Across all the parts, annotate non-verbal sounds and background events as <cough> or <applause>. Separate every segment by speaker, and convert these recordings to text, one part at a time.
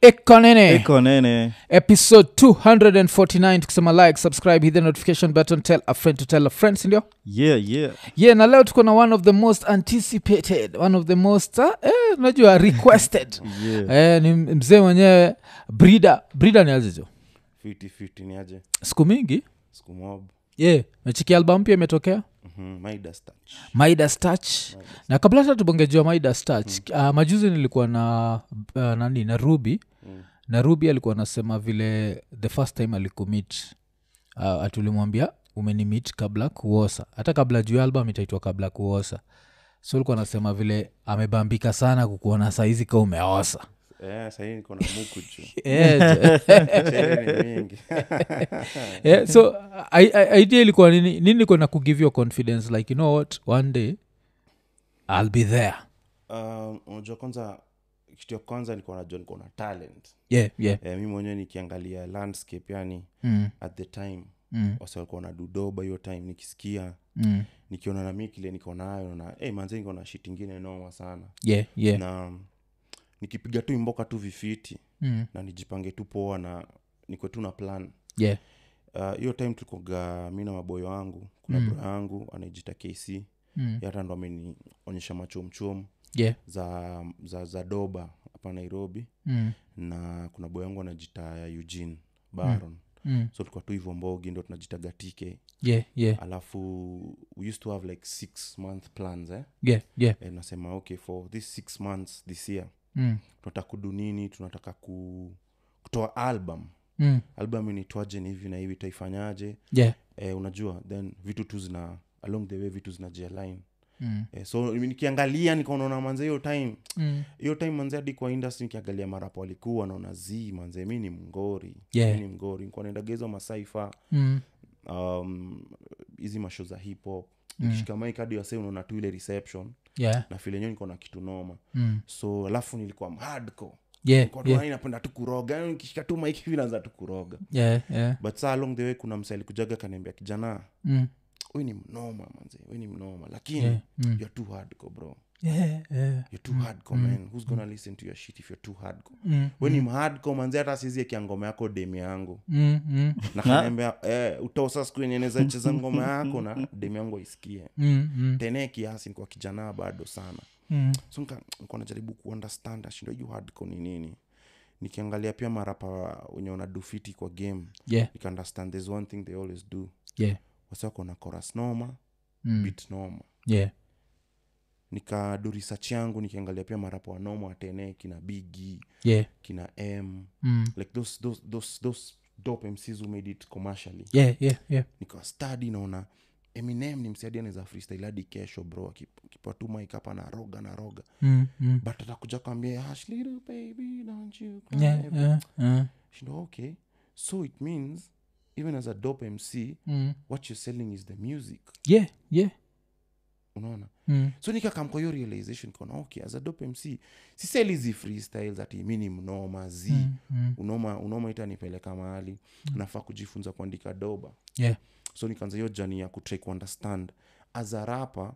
Speaker 1: ekonene
Speaker 2: iko nene
Speaker 1: episode 249 tukisema like subscribe hit the notification button tell a friend to tell a friend sindio
Speaker 2: yeah yeah
Speaker 1: yeah na leo tuko na one of the most anticipated one of the most uh, eh, najua
Speaker 3: <laughs>
Speaker 1: requested
Speaker 2: yeah
Speaker 1: eh, ni mzee mwenyewe brida brida ni azizo
Speaker 3: fiti fiti ni aje
Speaker 1: siku mingi
Speaker 3: siku mob
Speaker 1: yeah mechiki album pia imetokea
Speaker 3: Mhm, Midas touch
Speaker 1: maidas touch na kabla hata tubongejua maidas touch mm. uh, majuzi nilikuwa na uh, nani na ruby mm. na ruby alikuwa anasema vile the first time alikumit uh, atulimwambia umenimit kabla kuosa hata kabla juu ya album itaitwa kabla kuosa so alikuwa anasema vile amebambika sana kukuona saizi ka umeosa <laughs>
Speaker 3: eh, sahii niko na muku juu
Speaker 1: Eh,
Speaker 3: Chele ni mingi <laughs>
Speaker 1: eh, so I- I- idea ilikuwa nini nini ilikuwa na kugive your confidence like you know what one day i'll be there
Speaker 3: Um, unajua kwanza kitu ya kwanza niko najua niko na talent
Speaker 1: yeah yeah
Speaker 3: eh, mi mwenyewe nikiangalia landscape yani
Speaker 1: mm,
Speaker 3: at the time
Speaker 1: mm,
Speaker 3: wasi walikuwa na dudoba hiyo time nikisikia
Speaker 1: mm.
Speaker 3: nikiona na mi kile niko nayo na hey, manzi niko na shit ingine noma sana
Speaker 1: yeah yeah
Speaker 3: na um, nikipiga tu imboka tu vifiti
Speaker 1: mm,
Speaker 3: na nijipange tu poa na nikwe tu na plan
Speaker 1: yeah
Speaker 3: Uh, hiyo time tulikoga mi na maboyo wangu kuna
Speaker 1: Mm.
Speaker 3: mm. bro yangu anaijita kc
Speaker 1: mm,
Speaker 3: Yeye hata ndo amenionyesha machomchom
Speaker 1: yeah
Speaker 3: za, za, za doba hapa nairobi
Speaker 1: mm,
Speaker 3: na kuna boyo yangu anajita eugene baron
Speaker 1: mm,
Speaker 3: so tulikuwa tu hivyo mbogi ndo tunajita gatike
Speaker 1: yeah yeah
Speaker 3: alafu we used to have like six month plans eh?
Speaker 1: yeah yeah
Speaker 3: Eh, nasema okay for this six months this year
Speaker 1: mm,
Speaker 3: tunataka kudunini tunataka ku, kutoa album
Speaker 1: mm,
Speaker 3: album inaitwaje ni hivi na hivi tutaifanyaje
Speaker 1: yeah
Speaker 3: eh, unajua then vitu tu zina along the way vitu zinajialign
Speaker 1: mm,
Speaker 3: eh, so nikiangalia nikaonaona manze hiyo time
Speaker 1: mm,
Speaker 3: hiyo time manze hadi kwa industry nikiangalia marapo alikuwa naona z manze mi ni mngori
Speaker 1: Yeah.
Speaker 3: mi ni mngori nikuwa naendagezwa masaifa
Speaker 1: mm,
Speaker 3: um, hizi masho za hip hop
Speaker 1: Mm.
Speaker 3: nikishika mic hadi wase unaona tu ile reception
Speaker 1: yeah
Speaker 3: na file enyewe niko na kitu noma
Speaker 1: mm,
Speaker 3: so alafu nilikuwa mhadco
Speaker 1: yeah yeah
Speaker 3: napenda tu kuroga yaani nikishika tu mic hivi naanza tu kuroga
Speaker 1: yeah yeah
Speaker 3: but saa along the way kuna msa alikujaga kaniambia kijana
Speaker 1: mm,
Speaker 3: we ni mnoma manze we ni mnoma lakini
Speaker 1: yeah
Speaker 3: yeah.
Speaker 1: mm,
Speaker 3: you're too hardcore bro
Speaker 1: yeah Mm. yeah
Speaker 3: you're too hardcore man who's gonna listen to your shit if you're too hardcore
Speaker 1: mm,
Speaker 3: we ni mhardcore manze hata sizi akia ngoma yako
Speaker 1: <laughs>
Speaker 3: demi yangu
Speaker 1: mm, mm,
Speaker 3: na kaniambia eh, utaosa siku yenye naweza cheza ngoma yako na demi yangu aisikie
Speaker 1: mm, mm,
Speaker 3: tene kiasi nikuwa kijana bado sana
Speaker 1: mm,
Speaker 3: so nika- nikuwa najaribu kuunderstand ashindo hiyo hardcore ni nini nikiangalia pia marapa wenye wanadufiti kwa game
Speaker 1: yeah
Speaker 3: nika understand there's one thing they always do
Speaker 1: yeah
Speaker 3: wasi wako na chorus noma
Speaker 1: mm,
Speaker 3: bit noma
Speaker 1: yeah
Speaker 3: nikadu research yangu nikiangalia pia marapo wanomo watene kina bigi
Speaker 1: yeah
Speaker 3: kina m
Speaker 1: mm,
Speaker 3: like those, those, those, those dope mcs who made it commercially
Speaker 1: yeah yeah yeah
Speaker 3: nikawa study naona eminem ni msaidia anaweza freestyle hadi kesho bro akip- akipewa tu mic hapa na roga na roga
Speaker 1: mm, mm,
Speaker 3: but atakuja kwambia "Hush, little baby don't you cry."
Speaker 1: yeah yeah Uh. yeah
Speaker 3: Shindo, okay so it means even as a dope mc
Speaker 1: mm,
Speaker 3: what you're selling is the music
Speaker 1: yeah yeah
Speaker 3: unaona
Speaker 1: mm,
Speaker 3: so nikakam kwa hiyo realization kona okay as a dope mc siseli hizi freestyles ati mi ni mnoma zi
Speaker 1: mm, mm,
Speaker 3: unoma unoma itanipeleka mahali nafaa kujifunza kuandika doba
Speaker 1: yeah
Speaker 3: so nikaanza hiyo jani ya kutry kuunderstand as a rapa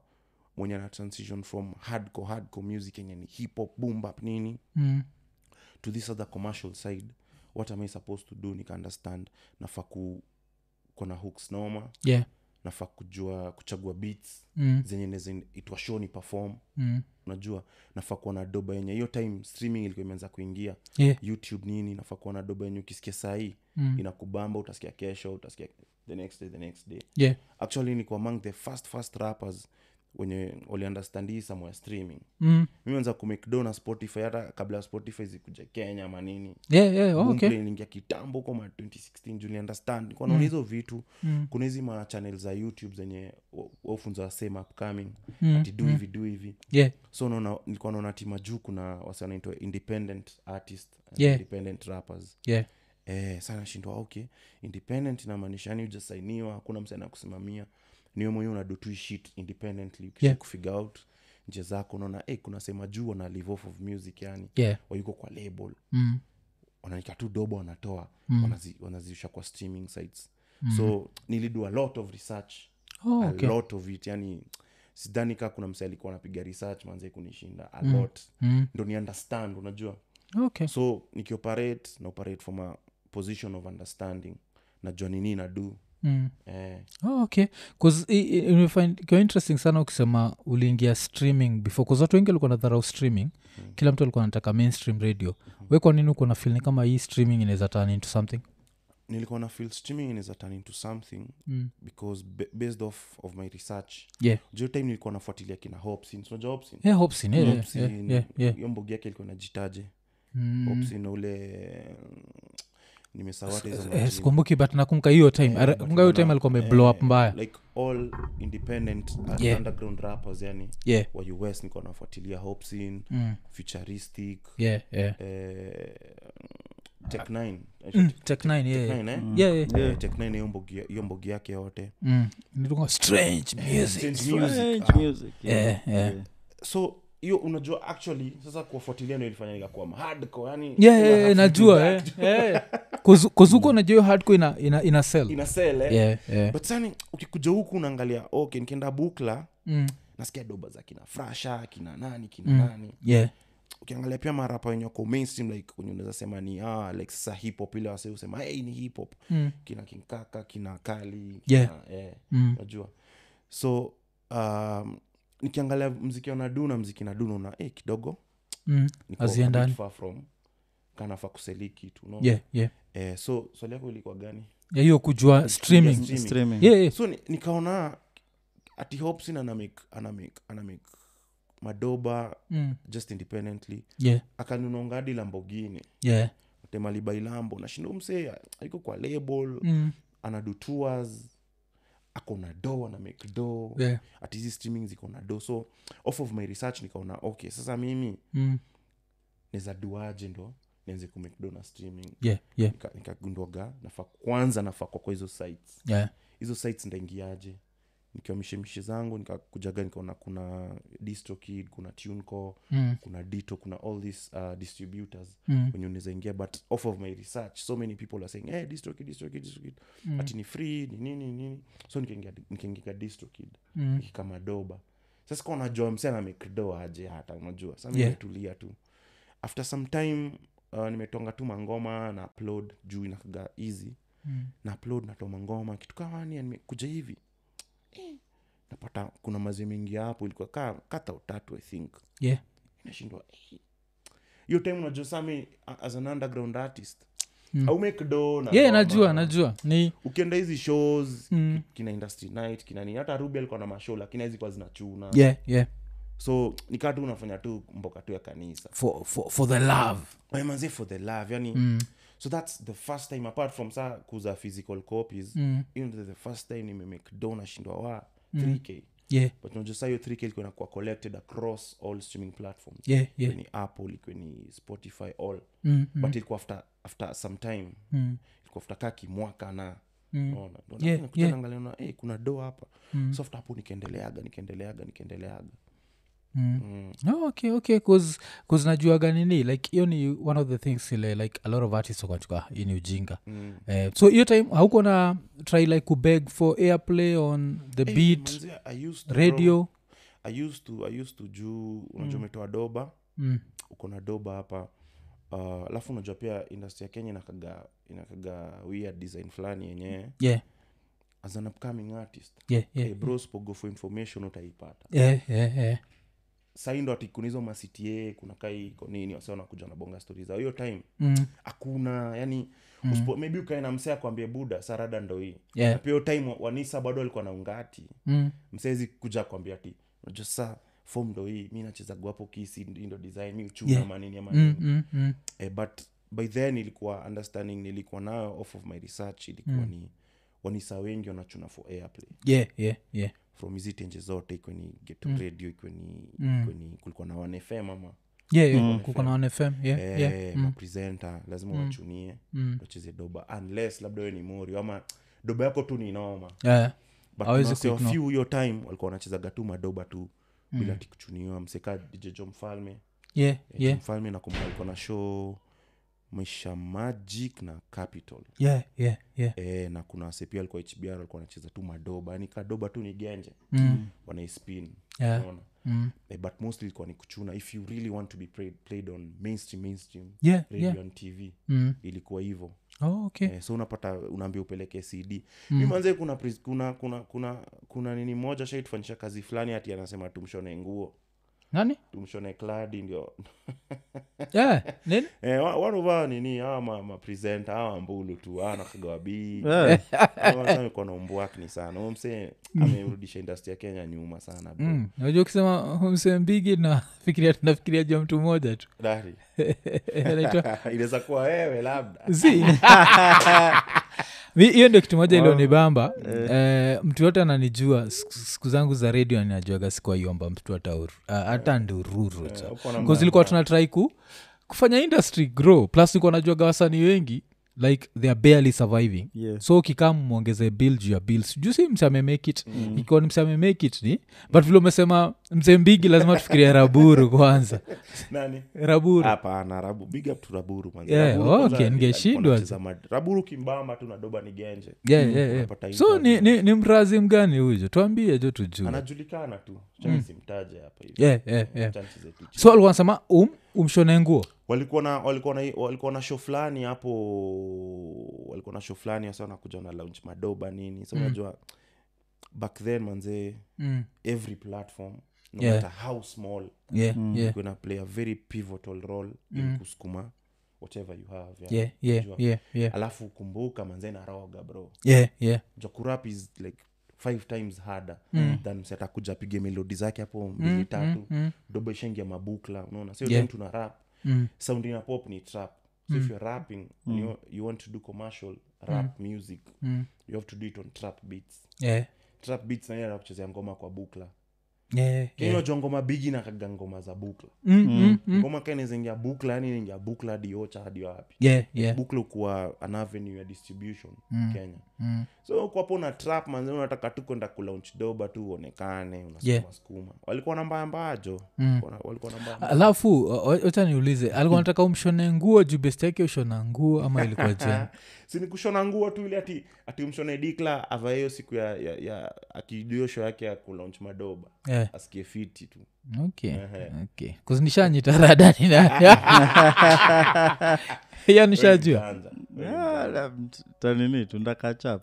Speaker 3: mwenye ana transition from hardcore hardcore music yenye ni hip hop boom bap nini
Speaker 1: mm,
Speaker 3: to this other commercial side what am i supposed to do nikaunderstand nafaa ku kona hooks noma
Speaker 1: yeah
Speaker 3: nafaa kujua kuchagua beats
Speaker 1: mm,
Speaker 3: zenye naeza itwa show ni perform
Speaker 1: mm,
Speaker 3: unajua nafaa kuwa na doba yenye hiyo time streaming ilikuwa imeanza kuingia
Speaker 1: yeah
Speaker 3: youtube nini nafaa kuwa na doba yenye ukisikia sahii
Speaker 1: mm,
Speaker 3: inakubamba utasikia kesho utasikia the next day the next day
Speaker 1: yeah
Speaker 3: actually niko among the first first rappers wenye waliunderstand hii samu ya streaming
Speaker 1: mm,
Speaker 3: mi anza kumekdo na spotify hata kabla ya spotify zikuja kenya manini
Speaker 1: yeah yeah oh, okay
Speaker 3: ingia kitambo huko ma 2016 juu niunderstand kwa naona hizo vitu
Speaker 1: Mm.
Speaker 3: kuna hizi ma channel za youtube zenye wa- wafunza wasema upcoming
Speaker 1: Mm,
Speaker 3: ati do hivi do hivi
Speaker 1: yeah
Speaker 3: so naona nilikuwa naona tima juu kuna wasi wanaitwa independent artist and
Speaker 1: Yeah.
Speaker 3: independent rappers
Speaker 1: yeah
Speaker 3: eh, sana shindwa okay independent inamaanisha yani ujasainiwa hakuna msa anakusimamia niwe mwenyewe unadutui shit independently ukisha
Speaker 1: Yeah.
Speaker 3: kufigure out njia zako unaona eh, kuna sema juu wana live off of music yani
Speaker 1: yeah
Speaker 3: wayuko kwa label
Speaker 1: mm,
Speaker 3: wananika tu dobo wanatoa
Speaker 1: Mm.
Speaker 3: mm. wanazirusha kwa streaming sites mm. so nilidu a lot of research
Speaker 1: oh,
Speaker 3: a
Speaker 1: okay
Speaker 3: lot of it yani sidhani kaa kuna msa alikuwa anapiga research manze kunishinda a lot
Speaker 1: Mm.
Speaker 3: ndo ni understand unajua
Speaker 1: okay
Speaker 3: so nikioperate naoperate from a position of understanding najua ni nini nadu
Speaker 1: mm.
Speaker 3: eh,
Speaker 1: oh, okay bcause imekiwa interesting sana ukisema uliingia streaming before bcause watu wengi walikuwa na dharau streaming mm. kila mtu alikuwa anataka mainstream radio mm-hmm. we kwa nini uko na feeling kama hii streaming inaweza turn into something
Speaker 3: nilikuwa na feel streaming inaweza turn into something
Speaker 1: mm.
Speaker 3: because be, based off of my research
Speaker 1: yeah
Speaker 3: jo time nilikuwa nafuatilia kina hopsin unajua hopsin
Speaker 1: yeah hopsin yeah, yeah,
Speaker 3: Hopsin,
Speaker 1: yeah, yeah, yeah.
Speaker 3: hiyo mbogi yake ilikuwa najitaje
Speaker 1: Mm.
Speaker 3: hopsin na ule mm, nimesahau hata hizo
Speaker 1: Eh,
Speaker 3: majina.
Speaker 1: sikumbuki but eh, nakumka hiyo time Ara- kumbuka hiyo time alikuwa ameblow up mbaya
Speaker 3: like all independent uh,
Speaker 1: Yeah.
Speaker 3: underground rappers yani
Speaker 1: yeah
Speaker 3: wa us nikuwa nafuatilia hopsin
Speaker 1: mm.
Speaker 3: futuristic
Speaker 1: yeah yeah
Speaker 3: eh, tech nine
Speaker 1: Mm, Tech Nine, yeah, yeah.
Speaker 3: Nine, eh?
Speaker 1: Yeah, yeah.
Speaker 3: Eh, Tech Nine, hiyo mbogi- hiyo mbogi yake yote
Speaker 1: Mm. Nilikuwa, strange music
Speaker 3: Since music, ah.
Speaker 2: Strange music, yeah.
Speaker 1: Eh, Yeah, yeah.
Speaker 2: Yeah.
Speaker 3: so hiyo unajua actually sasa kuwafuatilia ndo ilifanya nikakuwa mhardco yani
Speaker 1: yeah, yeah, yeah, najua eh. <laughs>
Speaker 3: <laughs>
Speaker 1: kozuko najua hiyo hardcore ina, ina, Mm. ina sell
Speaker 3: ina sele
Speaker 1: yeah, yeah.
Speaker 3: eh? but sani ukikuja huku unaangalia okay nikienda bukla
Speaker 1: Mm,
Speaker 3: nasikia doba za kina frasha kina nani kina nani
Speaker 1: yeah.
Speaker 3: ukiangalia pia marapa wenye wako mainstream like wenye unaweza sema ni ah, like sasa hip hop ile wase usema hey, ni hip hop
Speaker 1: Mm.
Speaker 3: kina kinkaka kina kali
Speaker 1: Yeah.
Speaker 3: kina, eh,
Speaker 1: Mm.
Speaker 3: najua so um, nikiangalia mziki wa nadu na mziki nadu naona eh, kidogo
Speaker 1: Mm.
Speaker 3: niko a
Speaker 1: haziendani
Speaker 3: bit far from kanafa kuseli kitu no?
Speaker 1: yeah, yeah.
Speaker 3: eh, so swali yako ilikuwa gani
Speaker 1: Ya hiyo kujua streaming
Speaker 3: streaming.
Speaker 2: Streaming.
Speaker 1: Eh. yeah, yeah.
Speaker 3: so ni- nikaona ati hopsin anamik anamik anamik madoba
Speaker 1: Mm.
Speaker 3: just independently
Speaker 1: yeah, Mm.
Speaker 3: akanunongadi lambogini
Speaker 1: yeah.
Speaker 3: temalibailambo nashindo mse aiko kwa label
Speaker 1: Mm.
Speaker 3: anadu tours ako na do ana make do
Speaker 1: yeah.
Speaker 3: ati hizi streaming ziko na do so off of my research nikaona okay sasa mimi
Speaker 1: Mm.
Speaker 3: naweza duaje ndo nianze kumake do na streaming
Speaker 1: yeah, yeah,
Speaker 3: Nika- nikagundwaga nafaa kwanza nafaa kwa kwa hizo sites
Speaker 1: yeah.
Speaker 3: hizo sites ndaingiaje nikiwa mishemishe zangu nikakujaga nikaona kuna distrokid kuna tunco
Speaker 1: Mm.
Speaker 3: kuna dito kuna all these uh, distributors
Speaker 1: Mm.
Speaker 3: wenye unaweza ingia but off of my research so many people are saying "Eh, hey, distrokid distrokid distrokid
Speaker 1: Mm.
Speaker 3: ati ni free ni nini ni nini so nikaingia nikaingia distrokid
Speaker 1: Mm.
Speaker 3: kama doba sasa kwa unajua msichana amekdo aje hata unajua sasa
Speaker 1: Yeah.
Speaker 3: nimetulia tu after some time uh, nimetonga tu mangoma na upload juu inakaga easy
Speaker 1: Mm.
Speaker 3: na upload natoma ngoma kitu kawani nimekuja hivi Eh, napata kuna mazi mengi hapo ilikuwa ka katha utatu i think
Speaker 1: yeah.
Speaker 3: nashindwa eh. hiyo time unajua sami as an underground artist
Speaker 1: Mm.
Speaker 3: au make do na
Speaker 1: yeah,
Speaker 3: ngoma.
Speaker 1: najua najua ni
Speaker 3: ukienda hizi shows
Speaker 1: Mm.
Speaker 3: ki- kina industry night kina nini hata ruby alikuwa na mashow lakini hizi kwa zinachuna
Speaker 1: yeah, yeah.
Speaker 3: so nikaa tu unafanya tu mboka tu ya kanisa
Speaker 1: For, for, for the love
Speaker 3: Eh, manze for the love yani
Speaker 1: Hmm.
Speaker 3: so that's the first time apart from saa kuza physical copies
Speaker 1: mm.
Speaker 3: hiyo ndio the first time nimemake do nashindwa wa
Speaker 1: Hmm.
Speaker 3: 3k
Speaker 1: yeah,
Speaker 3: but unajua saa hiyo 3k ilikuwa inakuwa collected across all streaming platforms
Speaker 1: yeah, yeah.
Speaker 3: Iwe ni apple ikiwe ni spotify all
Speaker 1: Mm.
Speaker 3: but ilikuwa after after some time
Speaker 1: Mm.
Speaker 3: ilikuwa after kaa kimwaka na
Speaker 1: Mm.
Speaker 3: naona
Speaker 1: Yeah, yeah.
Speaker 3: naangalia na hey, kuna do hapa
Speaker 1: Mm.
Speaker 3: so after hapo nikaendeleaga nikaendeleaga nikaendeleaga
Speaker 1: Mm.
Speaker 3: mm.
Speaker 1: No, okay okay bcause najuaga nini like hiyo ni one of the things ile like a lot of artists wakanchuka hii ni ujinga
Speaker 3: Mm.
Speaker 1: eh, so hiyo time hauko na try like kubeg for airplay on the
Speaker 3: Eh,
Speaker 1: beat
Speaker 3: manze, I used to, bro.
Speaker 1: radio
Speaker 3: I used to, I used to juu unajua umetoa doba
Speaker 1: mm.
Speaker 3: uko na doba hapa Uh, alafu unajua pia industry ya kenya inakaga inakaga weird design fulani yenyewe
Speaker 1: yeah
Speaker 3: as an upcoming artist
Speaker 1: yeah yeah
Speaker 3: yeah. bros pogo for information utaipata
Speaker 1: yeah yeah yeah
Speaker 3: sai ndo atikunizo masitie kuna kai iko nini wase wanakuja nabonga stori zao hiyo time
Speaker 1: mm.
Speaker 3: hakuna yani mm. uspo, maybe ukae na msee akwambie buda sarada ndo hii
Speaker 1: Yeah.
Speaker 3: Na pia hiyo time wa- wanisa bado alikuwa na ungati
Speaker 1: Mm.
Speaker 3: msezi kuja kwambia ti unajua sa fom ndo hii mi nachezagwa hapo kisi hii ndo design mi uchuna
Speaker 1: Yeah.
Speaker 3: yeah. manini ama
Speaker 1: Mm,
Speaker 3: nini
Speaker 1: mm, mm.
Speaker 3: eh, but by then ilikuwa understanding nilikuwa nayo off of my research ilikuwa mm. ni wanisa wengi wanachuna for airplay
Speaker 1: yeah yeah yeah
Speaker 3: from hizi tenje zote ikwe ni geto mm. radio ikwe ni,
Speaker 1: Mm.
Speaker 3: ikwe ni kulikuwa na wanfm ama
Speaker 1: yeah, yeah. kuko na on fm yeah
Speaker 3: eh,
Speaker 1: Mm. yeah
Speaker 3: mapresenta lazima wachunie
Speaker 1: Mm.
Speaker 3: wacheze doba unless labda we ni morio ama doba yako tu ni noma
Speaker 1: yeah
Speaker 3: But
Speaker 1: Hawezi
Speaker 3: kuna wasee wa
Speaker 1: kuignore. Mm.
Speaker 3: few hiyo time walikuwa wanachezaga tu madoba tu bila tikuchuniwa mseka dijejo mfalme
Speaker 1: yeah
Speaker 3: Eh,
Speaker 1: yeah
Speaker 3: mfalme nakumbuka alikuwa na show maisha magic na capital
Speaker 1: yeah yeah yeah
Speaker 3: e, na kuna wase pia Yaani alikuwa hbr alikuwa anacheza tu madoba yani kadoba tu ni genje
Speaker 1: Mm.
Speaker 3: wanaispin
Speaker 1: Yeah.
Speaker 3: unaona? mm. eh, but mostly ilikuwa ni kuchuna if you really want to be played, played on mainstream mainstream
Speaker 1: yeah,
Speaker 3: radio
Speaker 1: yeah.
Speaker 3: and tv
Speaker 1: Mm.
Speaker 3: ilikuwa hivyo
Speaker 1: Oh, okay.
Speaker 3: eh, so unapata unaambia upeleke cd
Speaker 1: Hmm.
Speaker 3: mm. manze kuna, pres- kuna kuna kuna kuna nini moja shaitufanyisha kazi fulani hati anasema tumshone nguo
Speaker 1: nani
Speaker 3: tumshone kladi ndio <laughs>
Speaker 1: <laughs> yeah. nini
Speaker 3: eh, wa- wanuvaa nini awa mapresenta awa mbulu tu awa nakagawa bii
Speaker 2: Eh.
Speaker 3: mikono mbwakni sana umse
Speaker 1: Hmm.
Speaker 3: amerudisha industry ya kenya nyuma sana bro.
Speaker 1: Mm. najua ukisema <laughs> msembigi <laughs> nafikiria nafikiria jua mtu mmoja <laughs> tu
Speaker 3: Dari. <laughs>
Speaker 1: Anaitwa-
Speaker 3: inaweza kuwa wewe labda
Speaker 1: Zii. Mi- hiyo ndio kitu moja ilionibamba eh, mtu yote ananijua siku- siku zangu za redio aninajuaga sikuwaiomba mtu hata ur- ah, hata ndururu
Speaker 3: uko na
Speaker 1: cha ilikuwa tunatrai ku kufanya industry grow plus nikuwa najuaga wasanii wengi like they are barely surviving
Speaker 2: Yeah.
Speaker 1: so ukikaa mwongeze bill juu ya bill sijuu si msame make it ikiwa ni msame make it ni but vile umesema mzee mbigi lazima tufikiria raburu kwanza
Speaker 3: nani
Speaker 1: raburu
Speaker 3: hapana rabu big up to raburu manze.
Speaker 1: Yeah,
Speaker 3: Raburu kwanza
Speaker 1: Eh, okay,
Speaker 3: ali-
Speaker 1: ningeshindwa.
Speaker 3: alikuwa anacheza mad- raburu kimbamba tu nadoba ni genje
Speaker 1: yeah, yeah, yeah.
Speaker 3: unapata
Speaker 1: so
Speaker 3: interview.
Speaker 1: ni, ni, ni mrazi mgani huyo tuambie jo tujue
Speaker 3: anajulikana tu chasimtaje hapa hivi
Speaker 1: Mm. yeah, yeah, yeah.
Speaker 3: Chansi zetu chini.
Speaker 1: so alikuwa anasema um, umshone nguo
Speaker 3: walikuwa na walikuwa na walikuwa na show fulani hapo walikuwa na show fulani hasa wanakuja na launch madoba nini so unajua back then manzee
Speaker 1: mm.
Speaker 3: every platform no
Speaker 1: Yeah.
Speaker 3: matter how small
Speaker 1: yeah, mm. yeah,
Speaker 3: kuna play a very pivotal role mm. kusukuma whatever you have yeah.
Speaker 1: yeah, yeah, yeah, yeah,
Speaker 3: alafu kumbuka manze naroga bro
Speaker 1: yeah, yeah.
Speaker 3: jakurap is like five times harder
Speaker 1: Mm.
Speaker 3: than msatakuja apige melodi zake hapo mbili tatu dobo ishaingia mabukla unaona sio
Speaker 1: Yeah.
Speaker 3: yeah. tuna rap
Speaker 1: Mm.
Speaker 3: sound ina pop ni trap so if you're rapping and you, you want to do commercial rap
Speaker 1: Mm.
Speaker 3: music you have to do it on trap beats
Speaker 1: yeah,
Speaker 3: trap beats naye anakuchezea ngoma kwa bukla
Speaker 1: yeah, yeah.
Speaker 3: kinajua ngoma bigi nakaga ngoma za bukla
Speaker 1: Mm, mm, mm.
Speaker 3: ngoma kainazaingia bukla yani inaingia bukla hadi ocha hadi wapi
Speaker 1: yeah, yeah.
Speaker 3: bukla ukuwa an avenue ya distribution
Speaker 1: Mm.
Speaker 3: kenya so kwapo na trap manzi unataka tu kwenda kulaunch doba tu uonekane unasukuma
Speaker 1: Yeah. Mm.
Speaker 3: sukuma walikuwa na mbaya mbaya jo Walikuwa na- walikuwa na mbaya mbaya.
Speaker 1: alafu wacha niulize alikuwa nataka umshone nguo juu best yake ushona nguo ama <laughs> ilikuwa jeni
Speaker 3: si ni kushona nguo tu ile ati ati umshone dikla avae hiyo siku ya, ya, ya akijuo show yake ya kulaunch madoba
Speaker 1: yeah.
Speaker 3: asikie fiti tu
Speaker 1: okay. okay. kuzinishanyitaradani <laughs> na hiyo <laughs> nishajua
Speaker 3: Mjanja.
Speaker 2: Ah, la- mtu- tanini tundakachap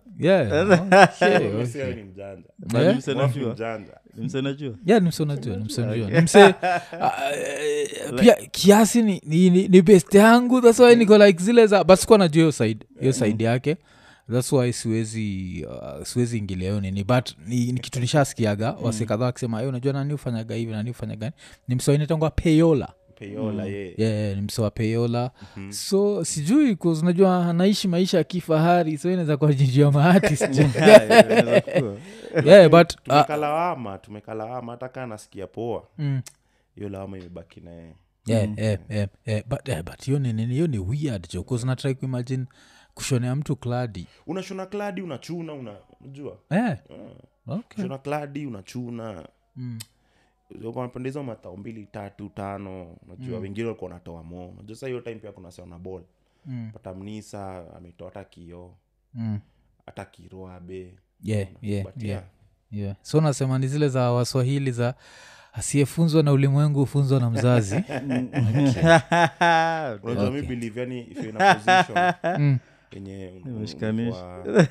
Speaker 1: <laughs> yeah. Eh, okay,
Speaker 3: Mimi
Speaker 1: okay.
Speaker 3: sio ni mjanja
Speaker 1: Eh?
Speaker 3: Mimi
Speaker 2: msenajua
Speaker 3: mjanja
Speaker 1: <laughs>
Speaker 2: msenajua
Speaker 1: ya ni msonajua ni msonajua ni mse ah, eh, pia kiasi ni, ni, ni, ni best yangu thats why niko like zile za but sikuwa najua hiyo side hiyo side yake thats why siwezi uh, siwezi ingilia hiyo nini but ni, ni kitu nishasikiaga wase kadhaa wakisema "Eh, unajua nani ufanyaga hivi nani ufanya gani ni mse inatangwa peyola
Speaker 3: peyola yeye
Speaker 1: Mm. yeah, yeah, ni mse wa peyola so sijui 'cause unajua anaishi maisha ya kifahari so inaweza kuwa jinji ya maati sijui.
Speaker 2: <laughs> Yeah, Ah, inaweza kuwa.
Speaker 1: <laughs> yeah, but ah,
Speaker 3: tumekalawama tumekalawama hata kaa nasikia poa
Speaker 1: mm.
Speaker 3: hiyo lawama imebaki na yeye
Speaker 1: Yeah, yeah, yeah, yeah. eh, But, yeah, but hiyo ni nini hiyo ni weird jo kuzinatrai kuimagine kushonea mtu kladi
Speaker 3: unashona kladi unachuna una unajua
Speaker 1: yeah. Eh,
Speaker 3: Mm.
Speaker 1: okay.
Speaker 3: shona kladi unachuna
Speaker 1: Mm.
Speaker 3: napenda hizo matao mbili tatu tano unajua wengine walikuwa wanatoa mo unajua saa hiyo time pia kuna seona bol
Speaker 1: Mm.
Speaker 3: pata mnisa ametoa hata kioo
Speaker 1: mm.
Speaker 3: hata kiroabe
Speaker 1: yeah, yeah,
Speaker 3: Mm, but
Speaker 1: yeah.
Speaker 3: yeah.
Speaker 1: Yeah. so nasema ni zile za waswahili za asiyefunzwa na ulimwengu hufunzwa na
Speaker 3: <laughs>
Speaker 1: mzazi
Speaker 3: unajua mi believe yani if you're in
Speaker 1: <laughs>
Speaker 3: a position
Speaker 1: Mm.
Speaker 3: yenye un-
Speaker 2: Nimeshikanisha.
Speaker 3: unakuwa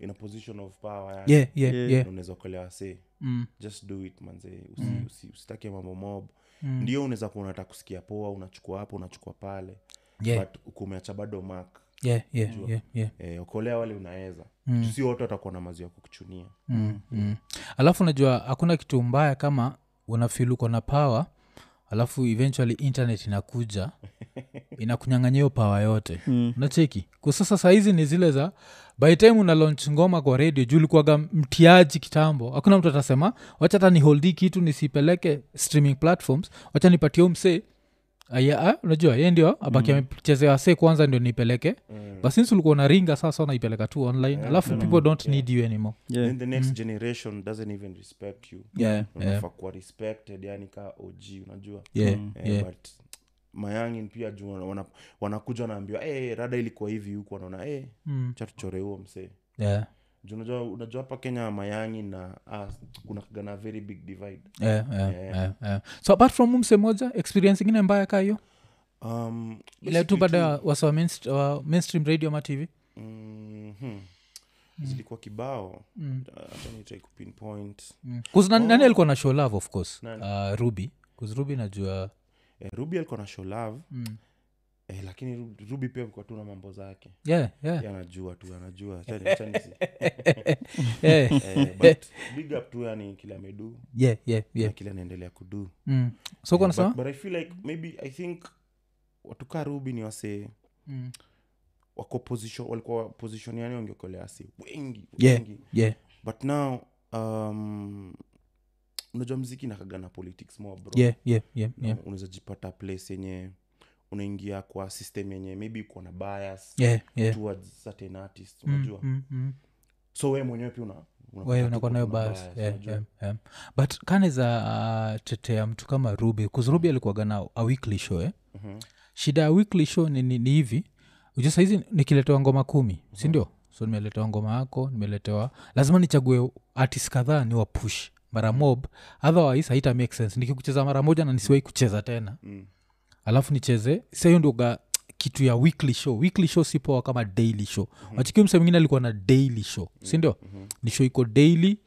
Speaker 3: in a position of power yani,
Speaker 1: yeah, yeah, yeah.
Speaker 3: na unaweza kuelewa see
Speaker 1: Mm.
Speaker 3: just do it manze usi, usi, usitake mambo mob
Speaker 1: Mm.
Speaker 3: ndio unaweza kuwa unataka kusikia poa unachukua hapo unachukua pale
Speaker 1: Yeah.
Speaker 3: but kumeacha bado mak
Speaker 1: Yeah, yeah, yeah, yeah.
Speaker 3: e, okolea wale unaweza mm. si wote watakuwa na maziwa ya kukuchunia
Speaker 1: Mm, mm. alafu unajua hakuna kitu mbaya kama unafil uko na power alafu eventually internet <laughs> inakuja inakunyang'anya hiyo power yote mm. nacheki kusasa sahizi ni zile za by time una launch ngoma kwa radio juu ulikuwaga mtiaji kitambo hakuna mtu atasema wacha hata niholdi kitu nisipeleke streaming platforms wacha nipatie huyu msee Aya, ah, unajua ye ndio abaki amechezea wase kwanza ndio nipeleke mm. basinsi ulikuwa na ringa sasa unaipeleka tu online alafu people don't need you anymore
Speaker 2: Yeah.
Speaker 3: then the next generation doesn't even respect you
Speaker 1: Mm-hmm. yeah,
Speaker 3: unafaa kuwa respected yani ka og unajua
Speaker 1: yeah,
Speaker 3: Eh,
Speaker 1: yeah.
Speaker 3: but mayangin pia juu wana- wana- "Eh, wanakuja wanaambiwa hey, rada ilikuwa hivi huku wanaona hey,
Speaker 1: Mm.
Speaker 3: chatuchore huo msee
Speaker 1: Yeah.
Speaker 3: Juu unajua unajua hapa kenya mayangi na us, kuna kagana very big divide
Speaker 1: yeah, yeah, yeah, yeah. eh, so apart from umse moja experience ingine mbaya kaa hiyo
Speaker 3: um,
Speaker 1: ile tu baada ya wasa wa mainst- wa mainstream radio ama tv
Speaker 3: mm-hmm.
Speaker 1: Mm.
Speaker 3: zilikuwa kibao Ah, hata nitrai kupinpoint
Speaker 1: nani, nani alikuwa Mm. na show love of course uh, ruby 'Cause ruby najua mm.
Speaker 3: eh, ruby alikuwa na show love eh, lakini Ru- ruby pia alikuwa tu na mambo zake
Speaker 1: yeah, yeah.
Speaker 3: Yeye anajua tu anajua Achani- achani si-
Speaker 1: <laughs> Yeah,
Speaker 3: eh, but big up tu yani kile amedu
Speaker 1: yeah, yeah, yeah.
Speaker 3: na kile anaendelea kudu
Speaker 1: Mm. so uko na sawa
Speaker 3: but, but i feel like maybe i think watukaa rubi ni wasee
Speaker 1: Mm.
Speaker 3: wako position walikuwa position yani wangeokolea wasi wengi
Speaker 1: Yeah.
Speaker 3: wengi
Speaker 1: yeah.
Speaker 3: but now um, unajua mziki nakaga na politics more bro
Speaker 1: yeah, yeah, yeah, yeah.
Speaker 3: Na unaweza jipata place yenye unaingia kwa system yenye maybe iko na bias
Speaker 1: Yeah, yeah.
Speaker 3: towards certain artists
Speaker 1: Mm,
Speaker 3: unajua
Speaker 1: mm, mm.
Speaker 3: so we mwenyewe pia una
Speaker 1: Wewe
Speaker 3: unapata
Speaker 1: unakuwa
Speaker 3: tuko
Speaker 1: nayo
Speaker 3: tuna
Speaker 1: bias.
Speaker 3: bias,
Speaker 1: Yeah,
Speaker 3: unajua.
Speaker 1: yeah, yeah. but kaneza uh, tetea mtu kama ruby kuzurubi alikuwaga na a weekly show eh?
Speaker 3: Mhm.
Speaker 1: shida ya weekly show ni, ni, ni hivi uju sahizi nikiletewa ngoma kumi
Speaker 3: Mhm.
Speaker 1: sindio so nimeletewa ngoma yako nimeletewa lazima nichague artist kadhaa ni wapush mara
Speaker 3: Mhm.
Speaker 1: mob otherwise haita make sense nikikucheza mara moja na nisiwai kucheza tena
Speaker 3: Mm.
Speaker 1: alafu nicheze sahiyo ndoga kitu ya weekly show weekly show si poa kama daily show mm-hmm. wachikio mse mwingine alikuwa na daily show sindio mm-hmm. ni show iko daily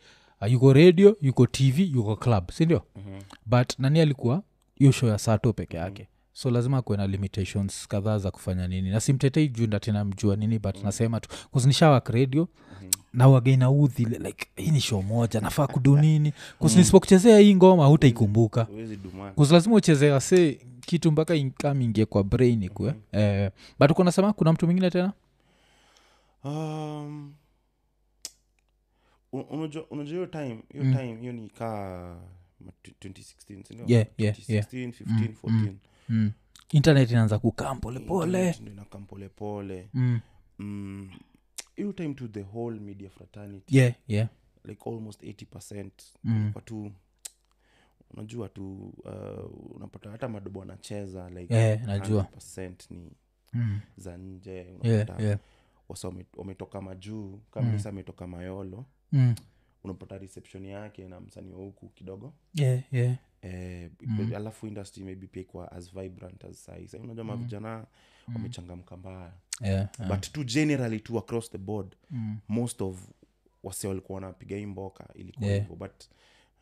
Speaker 1: uh, yuko radio yuko tv yuko club sindio mm-hmm. but nani alikuwa hiyo show ya sato peke yake mm-hmm so lazima akuwe na limitations kadhaa za kufanya nini na simtetei juu ndatinamjua nini but mm-hmm. nasema tu kuzinishawak radio mm-hmm. na wagainaudhi like hii ni show moja nafaa kudu nini kusinisipokuchezea hii ngoma hutaikumbuka
Speaker 3: huwezi dumana
Speaker 1: Cause lazima ucheze wase kitu mpaka in- kama ingie kwa brain ikue mm-hmm. eh, but uko nasema kuna mtu mwingine tena
Speaker 3: um, un- unajua unajua hiyo time hiyo
Speaker 1: Mm.
Speaker 3: time hiyo ni kaa ma- tu- 2016 sindio?
Speaker 1: Yeah, yeah,
Speaker 3: 2016,
Speaker 1: yeah.
Speaker 3: 15, 14.
Speaker 1: mm. internet inaanza kukaa polepole
Speaker 3: Internet ndio inakaa polepole
Speaker 1: mm.
Speaker 3: Mm, hiyo time to the whole media fraternity
Speaker 1: yeah, yeah.
Speaker 3: like almost 80 percent
Speaker 1: Mm.
Speaker 3: tu unajua tu uh, unapata hata madobo anacheza like
Speaker 1: Yeah, najua.
Speaker 3: 100% ni
Speaker 1: Mm.
Speaker 3: za nje unapata
Speaker 1: Yeah, yeah.
Speaker 3: wasa wame- wametoka majuu kabisa ametoka mayolo
Speaker 1: Mm.
Speaker 3: unapata reception yake na msanii wa huku kidogo
Speaker 1: Yeah, yeah.
Speaker 3: eh, mm. alafu industry maybe pia ikuwa as vibrant as sai sai unajua mavijana wamechangamka mbaya
Speaker 1: Yeah, yeah.
Speaker 3: but tu generally tu across the board
Speaker 1: Mm.
Speaker 3: most of wase walikuwa wanapiga hii mboka ilikuwa
Speaker 1: Yeah.
Speaker 3: hivyo but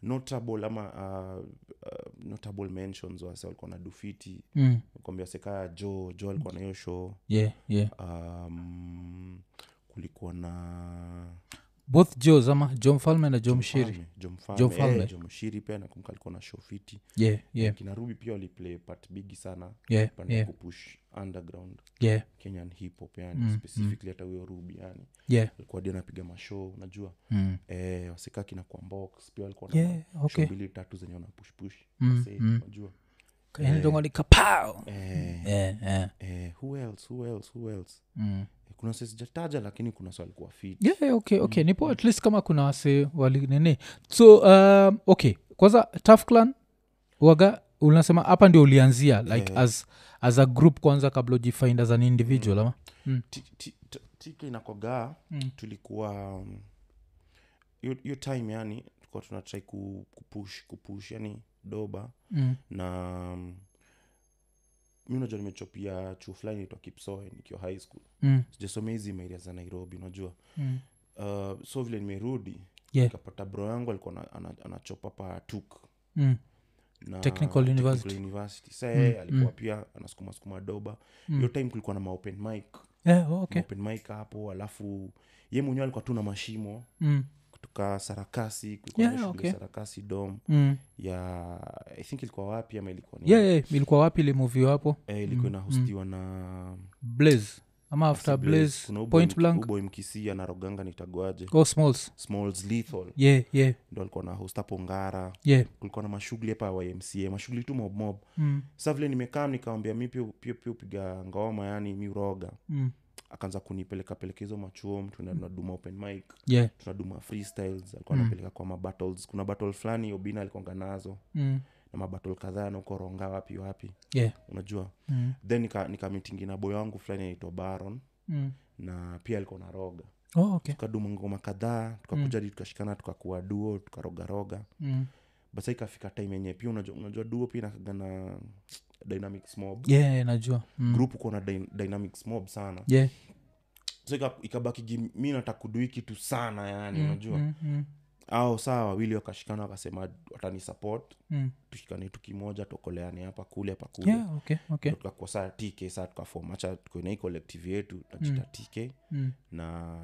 Speaker 3: notable ama uh, uh, notable mentions wase walikuwa na dufiti
Speaker 1: Mm.
Speaker 3: kwambia wasekaa jo jo alikuwa na hiyo show
Speaker 1: Yeah, yeah.
Speaker 3: um, kulikuwa na
Speaker 1: both jo ama jo mfalme na jo mshiri
Speaker 3: Mfalme,
Speaker 1: Jo
Speaker 3: jo mfalme
Speaker 1: Mfalme.
Speaker 3: eh, jo mshiri pia nakumka alikuwa na show fiti
Speaker 1: yeah, yeah,
Speaker 3: kina rubi pia waliplay part bigi sana
Speaker 1: yeah,
Speaker 3: pande ya
Speaker 1: yeah,
Speaker 3: kupush underground
Speaker 1: yeah,
Speaker 3: kenyan hip hop yani
Speaker 1: Mm,
Speaker 3: specifically hata huyo rubi yani
Speaker 1: yeah.
Speaker 3: alikuwa dia anapiga mashow unajua
Speaker 1: Mm.
Speaker 3: eh, wasika kina kwa box pia walikuwa
Speaker 1: Yeah, okay.
Speaker 3: show mbili tatu zenye wanapushpush
Speaker 1: Mm,
Speaker 3: Wasee,
Speaker 1: mm.
Speaker 3: unajua
Speaker 1: Kaeni dongo Yaani ni kapao.
Speaker 3: eh,
Speaker 1: Yeah, yeah.
Speaker 3: eh, who else who else who else
Speaker 1: Mm.
Speaker 3: Eh, kuna wase sijataja lakini kuna wase walikuwa fit
Speaker 1: yeah, yeah, okay, okay. nipo at least kama kuna wase walinini so um, okay kwanza tough clan waga unasema hapa ndio ulianzia like as, as a group kwanza kabla ujifind as an individual ama
Speaker 3: Ti- ti- ti- tiki inakogaa
Speaker 1: Mm.
Speaker 3: tulikuwa um, hiyo hiyo time yani tulikuwa tunatrai ku- kupush kupush yani doba
Speaker 1: mm.
Speaker 3: na um, mi unajua nimechopia chuo fulani naitwa kipsoe nikiwa high school
Speaker 1: Mm.
Speaker 3: sijasomea hizi maeria za nairobi unajua
Speaker 1: Mm.
Speaker 3: uh, so vile nimerudi
Speaker 1: Yeah.
Speaker 3: nikapata bro yangu alikuwa ana- ana- anachopa pa tuk
Speaker 1: Mm.
Speaker 3: na
Speaker 1: Technical University. Mm,
Speaker 3: university sa yeye alikuwa pia anasukuma sukuma doba hiyo time kulikuwa na maopen mic
Speaker 1: Yeah, oh, Mm. okay.
Speaker 3: open mic hapo alafu ye mwenyewe alikuwa tu na mashimo
Speaker 1: mm.
Speaker 3: kutoka sarakasi kulikuwa na
Speaker 1: Yeah,
Speaker 3: shule
Speaker 1: okay.
Speaker 3: sarakasi dom
Speaker 1: Mm.
Speaker 3: ya i think ilikuwa wapi ama ilikuwa ni
Speaker 1: Yeah, yeah. ilikuwa wapi ile movie hapo
Speaker 3: eh, ilikuwa inahostiwa na
Speaker 1: blaze ama Mm, after blaze point blank
Speaker 3: uboy mkisia na roganga nitagoaje
Speaker 1: oh, smalls
Speaker 3: smalls lethal
Speaker 1: yeah, yeah,
Speaker 3: ndo alikuwa na host hapo ngara
Speaker 1: yeah.
Speaker 3: kulikuwa na mashughuli hapa ya ymca mashughuli tu mob mob
Speaker 1: Mm.
Speaker 3: sa vile nimekaa nikawambia mi pia pia pia upiga ngoma yani mi uroga
Speaker 1: Mm.
Speaker 3: akaanza kunipeleka peleka hizo machuom tunaduma open mic
Speaker 1: yeah.
Speaker 3: tunaduma freestyles
Speaker 1: Mm.
Speaker 3: alikuwa anapeleka kwa mabattles kuna battle fulani obina alikuanga nazo
Speaker 1: Mm.
Speaker 3: na mabattle kadhaa na uko ronga wapi wapi
Speaker 1: yeah.
Speaker 3: unajua
Speaker 1: Mm.
Speaker 3: then nika- nikamitingi nika na boy wangu fulani anaitwa baron
Speaker 1: Mm.
Speaker 3: na pia alikuwa na roga
Speaker 1: oh, okay.
Speaker 3: tukaduma ngoma kadhaa tukakuja hadi tukashikana tukakuwa duo tukarogaroga
Speaker 1: mm.
Speaker 3: but sa ikafika time yenye pia unajua, unajua duo pia inakagana dynamics mob
Speaker 1: yeah, yeah, najua mm.
Speaker 3: group uko na dy- dynamics mob sana
Speaker 1: yeah.
Speaker 3: so ika- ikabakigi mi nataka kudui kitu sana yani unajua
Speaker 1: mm, mm,
Speaker 3: au saa wawili wakashikana wakasema watani support
Speaker 1: mm.
Speaker 3: tushikane tu kimoja tuokoleane hapa kule hapa kule
Speaker 1: yeah, okay, okay.
Speaker 3: tukakua saa tk saa tukafom hacha tukoina hii collective yetu tunachita tk
Speaker 1: Mm.
Speaker 3: na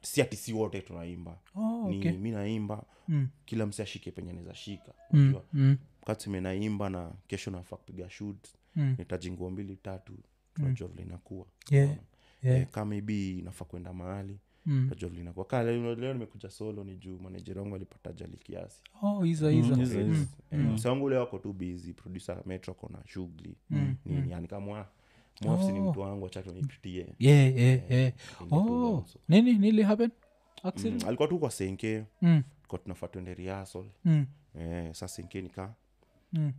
Speaker 3: si ati si wote tunaimba
Speaker 1: Oh, okay.
Speaker 3: ni mi naimba
Speaker 1: Mm.
Speaker 3: kila msi ashike penye anaweza shika
Speaker 1: Mm,
Speaker 3: unajua
Speaker 1: mm,
Speaker 3: wakati naimba na kesho nafaa kupiga shoot
Speaker 1: mm.
Speaker 3: nitaji nguo mbili tatu tunajua vile inakuwa
Speaker 1: Yeah,
Speaker 3: Unaona?
Speaker 1: Mm. yeah,
Speaker 3: Eh, kama ibi nafaa kwenda mahali
Speaker 1: mm.
Speaker 3: tunajua vile inakuwa kaa leo leo nimekuja solo ni juu manejera wangu alipata ajali kiasi
Speaker 1: Oh, hizo, hizo.
Speaker 2: hizo, hizo.
Speaker 1: Mm.
Speaker 3: Eh, msee wangu leo ako tu busy producer metro kona shughuli
Speaker 1: Mm.
Speaker 3: nini yani kamwa mwafsi ni mtu wangu achatu nipitie
Speaker 1: Yeah, yeah, yeah. Oh, nini nili happen accident
Speaker 3: Mm, alikuwa tu kwa senke
Speaker 1: mm.
Speaker 3: kwa tunafaa tuende rehearsal
Speaker 1: Mm.
Speaker 3: eh, sa senke nika
Speaker 1: Mm.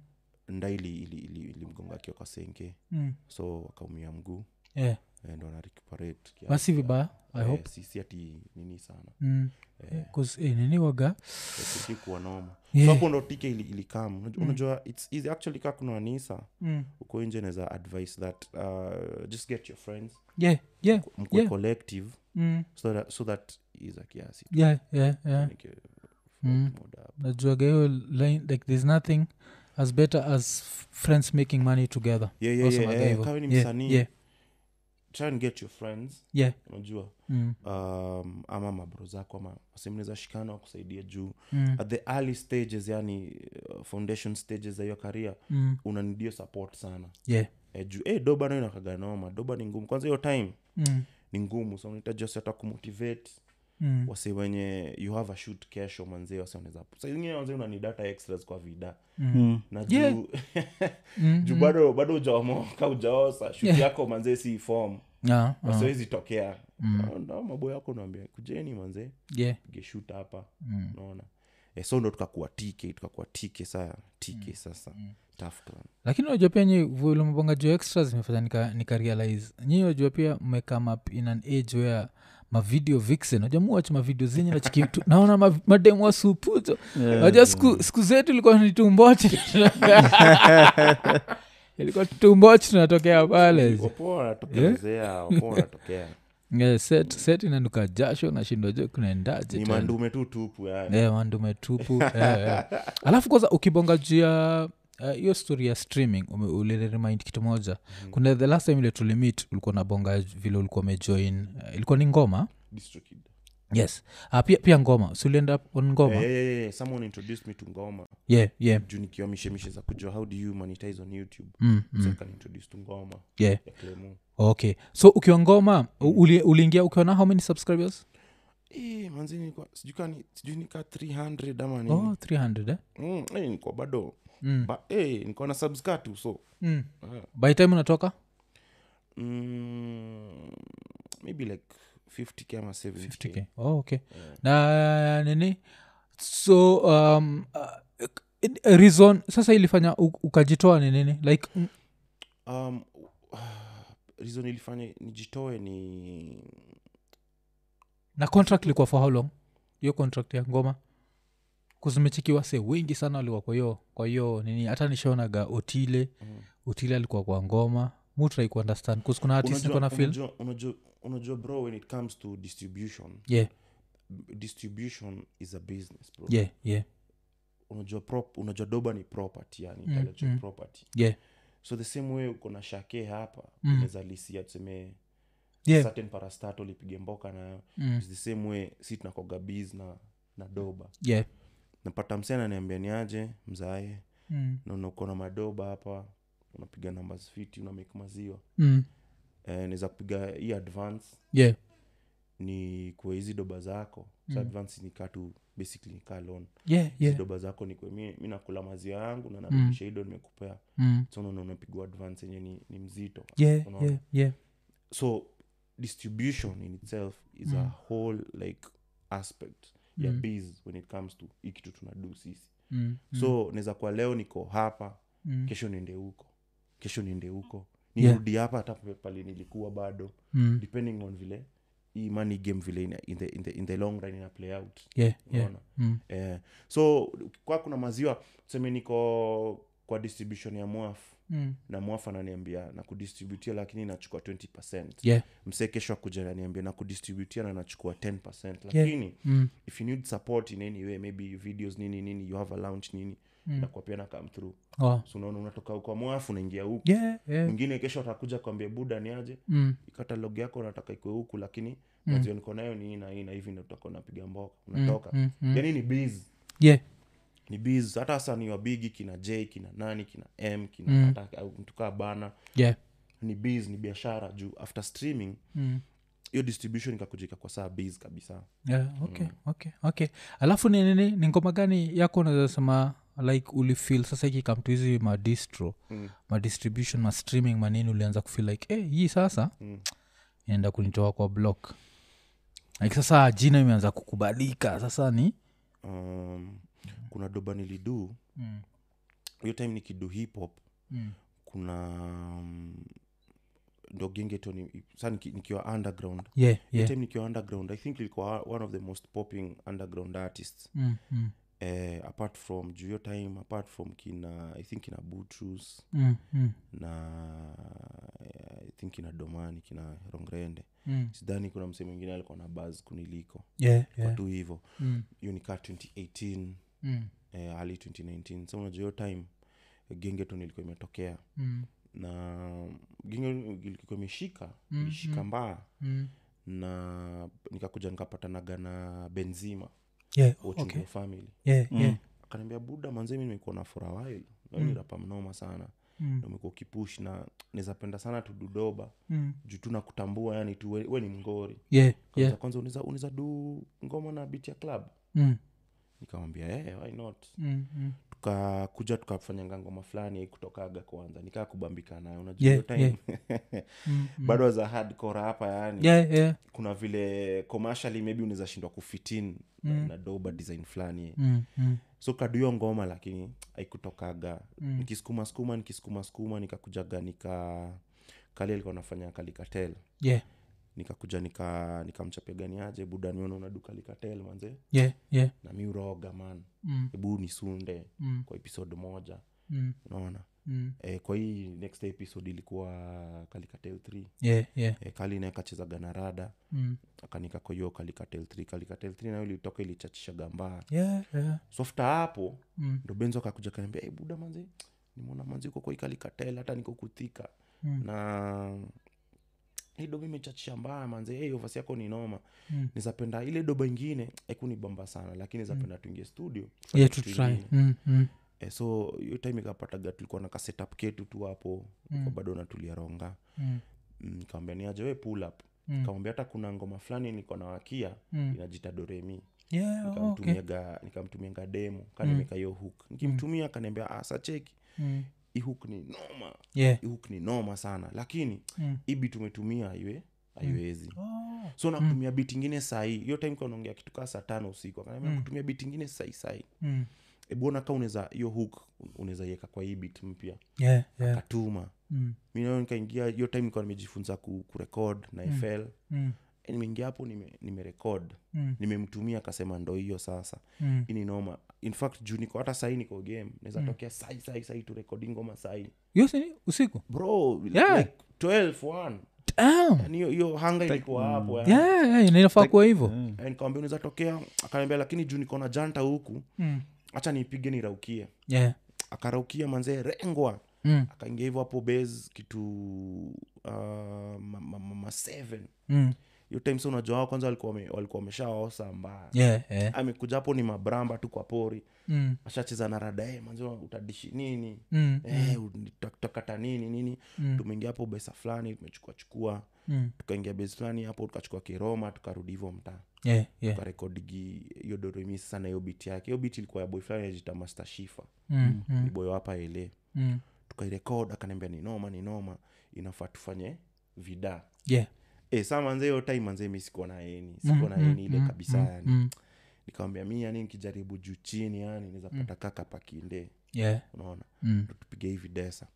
Speaker 3: ndaili ilimgonga ili, ili ilimgonga akiwa kwa senke
Speaker 1: Mm.
Speaker 3: so akaumia mguu
Speaker 1: Yeah.
Speaker 3: eh, ndo anarecuperate kiasi.
Speaker 1: basi vibaya i
Speaker 3: Eh,
Speaker 1: hope
Speaker 3: si- si ati nini sana
Speaker 1: mm. Cause, eh, nini waga
Speaker 3: sikuwa noma
Speaker 1: Yeah.
Speaker 3: so hapo ndo tike ili- ilikam Unaj- unajua it's easy actually kaa kuna wanisa
Speaker 1: mm.
Speaker 3: uko nje naweza advice that uh, just get your friends
Speaker 1: yeah, yeah,
Speaker 3: mkwe
Speaker 1: yeah.
Speaker 3: collective
Speaker 1: Mm.
Speaker 3: so that, so that is a kiasi tu.
Speaker 1: yeah, yeah, yeah.
Speaker 3: Like, uh,
Speaker 1: Mm.
Speaker 3: muda hapo.
Speaker 1: najuaga hiyo line like there's nothing as better as f- friends making money together
Speaker 3: Yeah, yeah,
Speaker 1: Wasemaga
Speaker 3: yeah, eh,
Speaker 1: hivyo.
Speaker 3: kama ni
Speaker 1: Yeah,
Speaker 3: msanii.
Speaker 1: yeah,
Speaker 3: try and get your friends
Speaker 1: yeah.
Speaker 3: unajua
Speaker 1: Mm,
Speaker 3: um, ama mabro zako ama wasemnaweza shikana wakusaidia juu
Speaker 1: mm,
Speaker 3: at the early stages yani uh, foundation stages za hiyo karia
Speaker 1: mm,
Speaker 3: unanidio support sana
Speaker 1: yeah.
Speaker 3: e, juu e, doba nayo nakaganoma doba ni ngumu kwanza hiyo time
Speaker 1: Mm,
Speaker 3: ni ngumu so unahitaji wasi hata kumotivate
Speaker 1: mm.
Speaker 3: wase wenye you have a shoot kesho manzee wase wanaweza saa zingine wanzee unani data extras kwa vida na juu <laughs>
Speaker 1: Yeah. Mm,
Speaker 3: juu bado bado ujaomoka ujaosa shut yako manzee si form
Speaker 1: Ah, ah,
Speaker 3: wasiwezi tokea mm. maboy yako naambia kujeni manzee
Speaker 1: yeah.
Speaker 3: pige shut hapa
Speaker 1: Mm.
Speaker 3: unaona e, so ndo tukakuwa tike tukakuwa tike saa tike
Speaker 1: Mm.
Speaker 3: sasa tafuta
Speaker 1: <laughs> lakini unajua pia nyi vile mabonga juu extra zimefanya nika, nika realize nyi unajua pia mmecome up in an age where mavideo vixen unajua muwach mavideo zenye nachiki tu- naona ma- mademu wasupuzo unajua siku, siku zetu ilikuwa ni tumbochi <laughs> ilikuwa tumbochi tunatokea pale
Speaker 3: wapoa wanatokelezea wapoa
Speaker 1: <laughs>
Speaker 3: wanatokea
Speaker 1: Yeah, set, set inanuka jasho nashindwa jo kunaendaje
Speaker 3: ni
Speaker 1: tena?
Speaker 3: mandume tu tupu yani
Speaker 1: Eh, wandume
Speaker 3: <laughs>
Speaker 1: tupu Eh, eh. alafu kwanza ukibonga juu ya eh, hiyo story ya streaming uliremind kitu moja
Speaker 3: Mm-hmm.
Speaker 1: kuna the last time ile tulimit ulikuwa nabonga vile ulikuwa umejoin eh, ilikuwa ni ngoma
Speaker 3: District Kid.
Speaker 1: yes Ah, pia, pia ngoma sulienda on ngoma
Speaker 3: Eh, eh, eh, someone introduced me to ngoma
Speaker 1: yeah, yeah,
Speaker 3: juu nikiwa mishemishe za kujua how do you monetize on youtube
Speaker 1: mm,
Speaker 3: so
Speaker 1: mm,
Speaker 3: akanintroduce to ngoma
Speaker 1: yeah.
Speaker 3: ya Clemo.
Speaker 1: okay so ukiwa ngoma uli- uliingia ukiwa na how many subscribers
Speaker 3: Eh, manzi nilikuwa- sijui ka ni- sijui nika 300 ama nini
Speaker 1: oh 300 eh?
Speaker 3: Mm, eh, nilikuwa bado
Speaker 1: Mm.
Speaker 3: ba, eh, nilikuwa na subscribe tu so
Speaker 1: mm.
Speaker 3: Ah.
Speaker 1: by time unatoka
Speaker 3: mm, maybe like 50k ama 70k
Speaker 1: 50K. Oh, okay na nini so um, uh, it- reason sasa ilifanya u- ukajitoa ni nini like mm,
Speaker 3: um, <sighs> reason ilifanya nijitoe ni
Speaker 1: na contract ilikuwa for how long hiyo contract ya ngoma kuzimechikiwa se wengi sana walikuwa kwa hiyo kwa hiyo nini hata nishaonaga otile mm. otile alikuwa kwa ngoma mutrai kuundestand bcause kuna artist niko na
Speaker 3: unajua,
Speaker 1: feel
Speaker 3: unajua, unajua, unajua bro when it comes to distribution
Speaker 1: yeah
Speaker 3: distribution is a business bro
Speaker 1: yeah yeah
Speaker 3: unajua prop, unajua doba ni property yani
Speaker 1: Mm,
Speaker 3: intellectual property
Speaker 1: yeah
Speaker 3: so the same way uko na shake hapa
Speaker 1: Mm.
Speaker 3: unaweza lisia tuseme
Speaker 1: Yeah.
Speaker 3: certain parastato lipige mboka nayo
Speaker 1: Mm.
Speaker 3: It's the same way si tunakoga biz na, na doba
Speaker 1: yeah
Speaker 3: napata msee ananiambia ni aje mzae
Speaker 1: mm.
Speaker 3: na una- uko na madoba hapa unapiga numbers fiti una make maziwa
Speaker 1: Mm.
Speaker 3: eh, naweza kupiga hii advance
Speaker 1: yeah
Speaker 3: ni kwa hizi doba zako so advance ni kaa tu basically ni kaa loan
Speaker 1: yeah
Speaker 3: yeah.
Speaker 1: Mm. yeah
Speaker 3: doba zako ni kwe mi, mi nakula maziwa yangu na narudisha hido nimekupea
Speaker 1: mm.
Speaker 3: so unaona unapigwa advance yenye ni, ni mzito
Speaker 1: yeah
Speaker 3: Unaona?
Speaker 1: yeah yeah
Speaker 3: so distribution in itself is
Speaker 1: Mm.
Speaker 3: a whole like aspect ya biz when it comes to hii kitu tunadu sisi
Speaker 1: mm.
Speaker 3: so naweza kuwa leo niko hapa
Speaker 1: Mm.
Speaker 3: kesho niende huko kesho niende huko nirudi hapa hata pa- pale nilikuwa bado
Speaker 1: Mm.
Speaker 3: depending on vile hii money game vile ina, in, the, in, the, in the long run ina play out
Speaker 1: yeah, yeah.
Speaker 3: Unaona?
Speaker 1: Mm.
Speaker 3: eh, so kwa kuna maziwa tuseme niko kwa distribution ya mwaf
Speaker 1: Mm.
Speaker 3: na mwaf ananiambia na kudistributia lakini nachukua 20
Speaker 1: Yeah.
Speaker 3: msee kesho akuja naniambia na kudistributia na nachukua 10
Speaker 1: Yeah.
Speaker 3: lakini
Speaker 1: Mm.
Speaker 3: if you need support in any way maybe videos nini nini you have a launch nini mm. nakuwa pia na come through
Speaker 1: Oh.
Speaker 3: so unaona unatoka huko mwafu unaingia huku
Speaker 1: Yeah, yeah.
Speaker 3: mwingine kesho atakuja kwambia buda ni aje
Speaker 1: Mm.
Speaker 3: katalog yako unataka ikwe huku lakini mazio niko nayo ni hii na hii na hivi ndo utakuwa unapiga mboka unatoka
Speaker 1: mm, mm.
Speaker 3: yani ni biz
Speaker 1: Yeah.
Speaker 3: ni biz hata sasa ni wabigi kina j kina nani kina m kina
Speaker 1: Mm.
Speaker 3: hata au mtu kaa bana
Speaker 1: Yeah.
Speaker 3: ni biz ni biashara juu after streaming
Speaker 1: Mm.
Speaker 3: hiyo distribution ikakujika kwa saa biz kabisa
Speaker 1: yeah. okay,
Speaker 3: Mm.
Speaker 1: okay, okay. alafu ni nini ni ngoma gani yako unazasema like ulifil sasa ikikamtu hizi madistro
Speaker 3: Mm.
Speaker 1: madistribution mastreaming manini ulianza kufil like hey, hii sasa
Speaker 3: Mm.
Speaker 1: inaenda kunitoa kwa block like sasa jina imeanza kukubalika sasa ni
Speaker 3: um, kuna doba nilidu
Speaker 1: mm.
Speaker 3: hiyo time nikidu hip hop
Speaker 1: Mm.
Speaker 3: kuna um, ndo gengetoni sa niki, nikiwa underground
Speaker 1: yeah,
Speaker 3: yeah.
Speaker 1: yeah.
Speaker 3: time nikiwa underground i think ilikuwa one of the most popping underground artists
Speaker 1: Mm, mm,
Speaker 3: eh, apart from juu hiyo time apart from kina i think kina butrus
Speaker 1: mm, mm,
Speaker 3: na eh, i think kina domani kina rongrende
Speaker 1: mm.
Speaker 3: sidhani kuna msee mwingine alikuwa na baz kuniliko
Speaker 1: yeah,
Speaker 3: yeah.
Speaker 1: yeah.
Speaker 3: tu hivo
Speaker 1: Mm,
Speaker 3: hiyo nikaa 2018
Speaker 1: mm,
Speaker 3: eh, early 2019 so unajua hiyo time gengeton ilikuwa imetokea
Speaker 1: mm,
Speaker 3: na ginge ilikuwa imeshika
Speaker 1: Mm-hmm.
Speaker 3: imeshika mbaa
Speaker 1: mm.
Speaker 3: na nikakuja nikapatanaga na benzima
Speaker 1: Yeah,
Speaker 3: ochungo
Speaker 1: okay.
Speaker 3: family
Speaker 1: Yeah, yeah.
Speaker 3: akaniambia buda manze mi nimekuwa na furaha wail nani rapa mnoma sana
Speaker 1: Mm,
Speaker 3: na umekuwa ukipush na nizapenda sana tududoba
Speaker 1: mm.
Speaker 3: juu tu nakutambua yani tu we, we ni mngori
Speaker 1: Yeah,
Speaker 3: Kwanza
Speaker 1: yeah.
Speaker 3: kwanza uniza, uniza du ngoma na bit ya club
Speaker 1: Mm,
Speaker 3: nikamwambia hey, why not
Speaker 1: mm, mm.
Speaker 3: tukakuja tukafanyanga ngoma fulani kutokaga kwanza nikaa kubambika nayo unajua
Speaker 1: Yeah, Mm.
Speaker 3: hiyo time <laughs> bado as a hardcore hapa yani
Speaker 1: Yeah, yeah. Mm,
Speaker 3: kuna vile commercially maybe unaweza shindwa kufitin mm. na doba design fulani
Speaker 1: Mm, mm.
Speaker 3: so kaduyo ngoma lakini haikutokaga mm. nikisukuma skuma nikisukuma skuma nikakujaga nika kali alikuwa nafanya kalikatel
Speaker 1: Yeah,
Speaker 3: nikakuja nika nikamchapia ganiaje buda niona una duka likatel manze
Speaker 1: yeah, yeah.
Speaker 3: na mi uroga man
Speaker 1: Mm,
Speaker 3: hebu nisunde
Speaker 1: mm,
Speaker 3: kwa episode moja
Speaker 1: mm,
Speaker 3: unaona
Speaker 1: mm.
Speaker 3: e, kwa hii next episode ilikuwa kalikatel 3
Speaker 1: Yeah, yeah.
Speaker 3: e, kali naye kachezaga na rada
Speaker 1: Mm.
Speaker 3: akanika kwa hiyo kalikatel 3 kalikatel 3 nayo ilitoka ilichachisha gambaa
Speaker 1: Yeah, yeah.
Speaker 3: so after hapo
Speaker 1: Mm,
Speaker 3: ndo benzo akakuja kaniambia hey, buda manzi nimeona manzi uko kwa ikalikatel hata niko kuthika
Speaker 1: Mm.
Speaker 3: na hii doba imechachisha mbaya manzi hey, ovasi yako ni noma
Speaker 1: Mm.
Speaker 3: nizapenda ile doba ingine aikunibamba sana lakini nizapenda
Speaker 1: Mm.
Speaker 3: tuingie studio
Speaker 1: Yeah,
Speaker 3: tufanye
Speaker 1: to
Speaker 3: kitu
Speaker 1: try.
Speaker 3: ingine."
Speaker 1: Mm, mm.
Speaker 3: Eh, so hiyo time ikapataga tulikuwa na kasetup ketu tu hapo mm. bado natulia ronga
Speaker 1: Mm,
Speaker 3: Mm, nikamwambia niaje we pull up
Speaker 1: Mm.
Speaker 3: kamwambia hata kuna ngoma fulani niko na wakia
Speaker 1: Mm.
Speaker 3: inajita doremi
Speaker 1: Yeah, oh, okay.
Speaker 3: nikamtumiaga nikamtumiaga demo kanimeka hiyo hook nikimtumia kaniambia ah, sa cheki
Speaker 1: Mm.
Speaker 3: hii hook ni noma
Speaker 1: Yeah.
Speaker 3: hii hook ni noma sana lakini
Speaker 1: Mm.
Speaker 3: hii bit umetumia haiwe haiwezi
Speaker 1: Oh.
Speaker 3: so nakutumia bit ingine sahii hiyo time ka unaongea kitu kaa saa tano usiku akaniambia kutumia bit ingine sahii sahii
Speaker 1: Mm.
Speaker 3: ebuona ka unaweza hiyo hook unaweza iweka kwa hii bit mpya
Speaker 1: Yeah, yeah.
Speaker 3: katuma
Speaker 1: Mm,
Speaker 3: mi nayo nikaingia hiyo time nikawa nimejifunza ku, kurekod na fl
Speaker 1: mm,
Speaker 3: Eh, nimeingia hapo nime- nimerekod nime
Speaker 1: Mm.
Speaker 3: nimemtumia akasema ndo hiyo sasa
Speaker 1: mm.
Speaker 3: ini noma in fact juu niko hata sahii niko game naweza tokea sai sai sai turekodi ngoma sahii
Speaker 1: Hiyo si- usiku
Speaker 3: bro
Speaker 1: Yeah.
Speaker 3: like 12 1
Speaker 1: Damn.
Speaker 3: yani hiyo- hiyo hanga ilikuwa hapo yani.
Speaker 1: mm. Yeah, yeah, ina- inafaa kuwa hivyo
Speaker 2: Mm,
Speaker 3: Eh, nikamwambia unaweza tokea akaniambia lakini juu niko na janta huku
Speaker 1: Mm.
Speaker 3: hacha niipige niraukie
Speaker 1: Yeah.
Speaker 3: akaraukia manzee rengwa
Speaker 1: Mm,
Speaker 3: akaingia hivyo hapo base kitu uh, ma, ma, ma, ma seven
Speaker 1: mm.
Speaker 3: hiyo time sa unajua wao kwanza walikuwa wame- walikuwa wameshaosa mbaya
Speaker 1: Yeah, yeah.
Speaker 3: amekuja hapo ni mabramba tu kwa pori
Speaker 1: Mm,
Speaker 3: ashacheza na rada e manzo utadishi nini
Speaker 1: mm,
Speaker 3: Eh, uta- utakata nini nini tumeingia hapo besa fulani tumechukua chukua
Speaker 1: mm.
Speaker 3: tukaingia besi fulani hapo tukachukua kiroma tukarudi hivyo mtaa
Speaker 1: Yeah, yeah.
Speaker 3: tukarekodigi hiyo doremi sasa na hiyo biti yake hiyo biti ilikuwa ya boy fulani ajita master shifa
Speaker 1: Mm, mm,
Speaker 3: ni Mm-hmm. boyo hapa ele
Speaker 1: mm.
Speaker 3: tukairekod akaniambia ni noma ni noma inafaa tufanye vida
Speaker 1: Yeah.
Speaker 3: e, saa manze hiyo time manze mi sikuwa na eni sikuwa na eni ile kabisa yani
Speaker 1: Mm.
Speaker 3: nikamwambia mi yani nikijaribu juu chini yani nizapata kaka pakinde
Speaker 1: Yeah.
Speaker 3: unaona
Speaker 1: Mm.
Speaker 3: tupiga hivi desa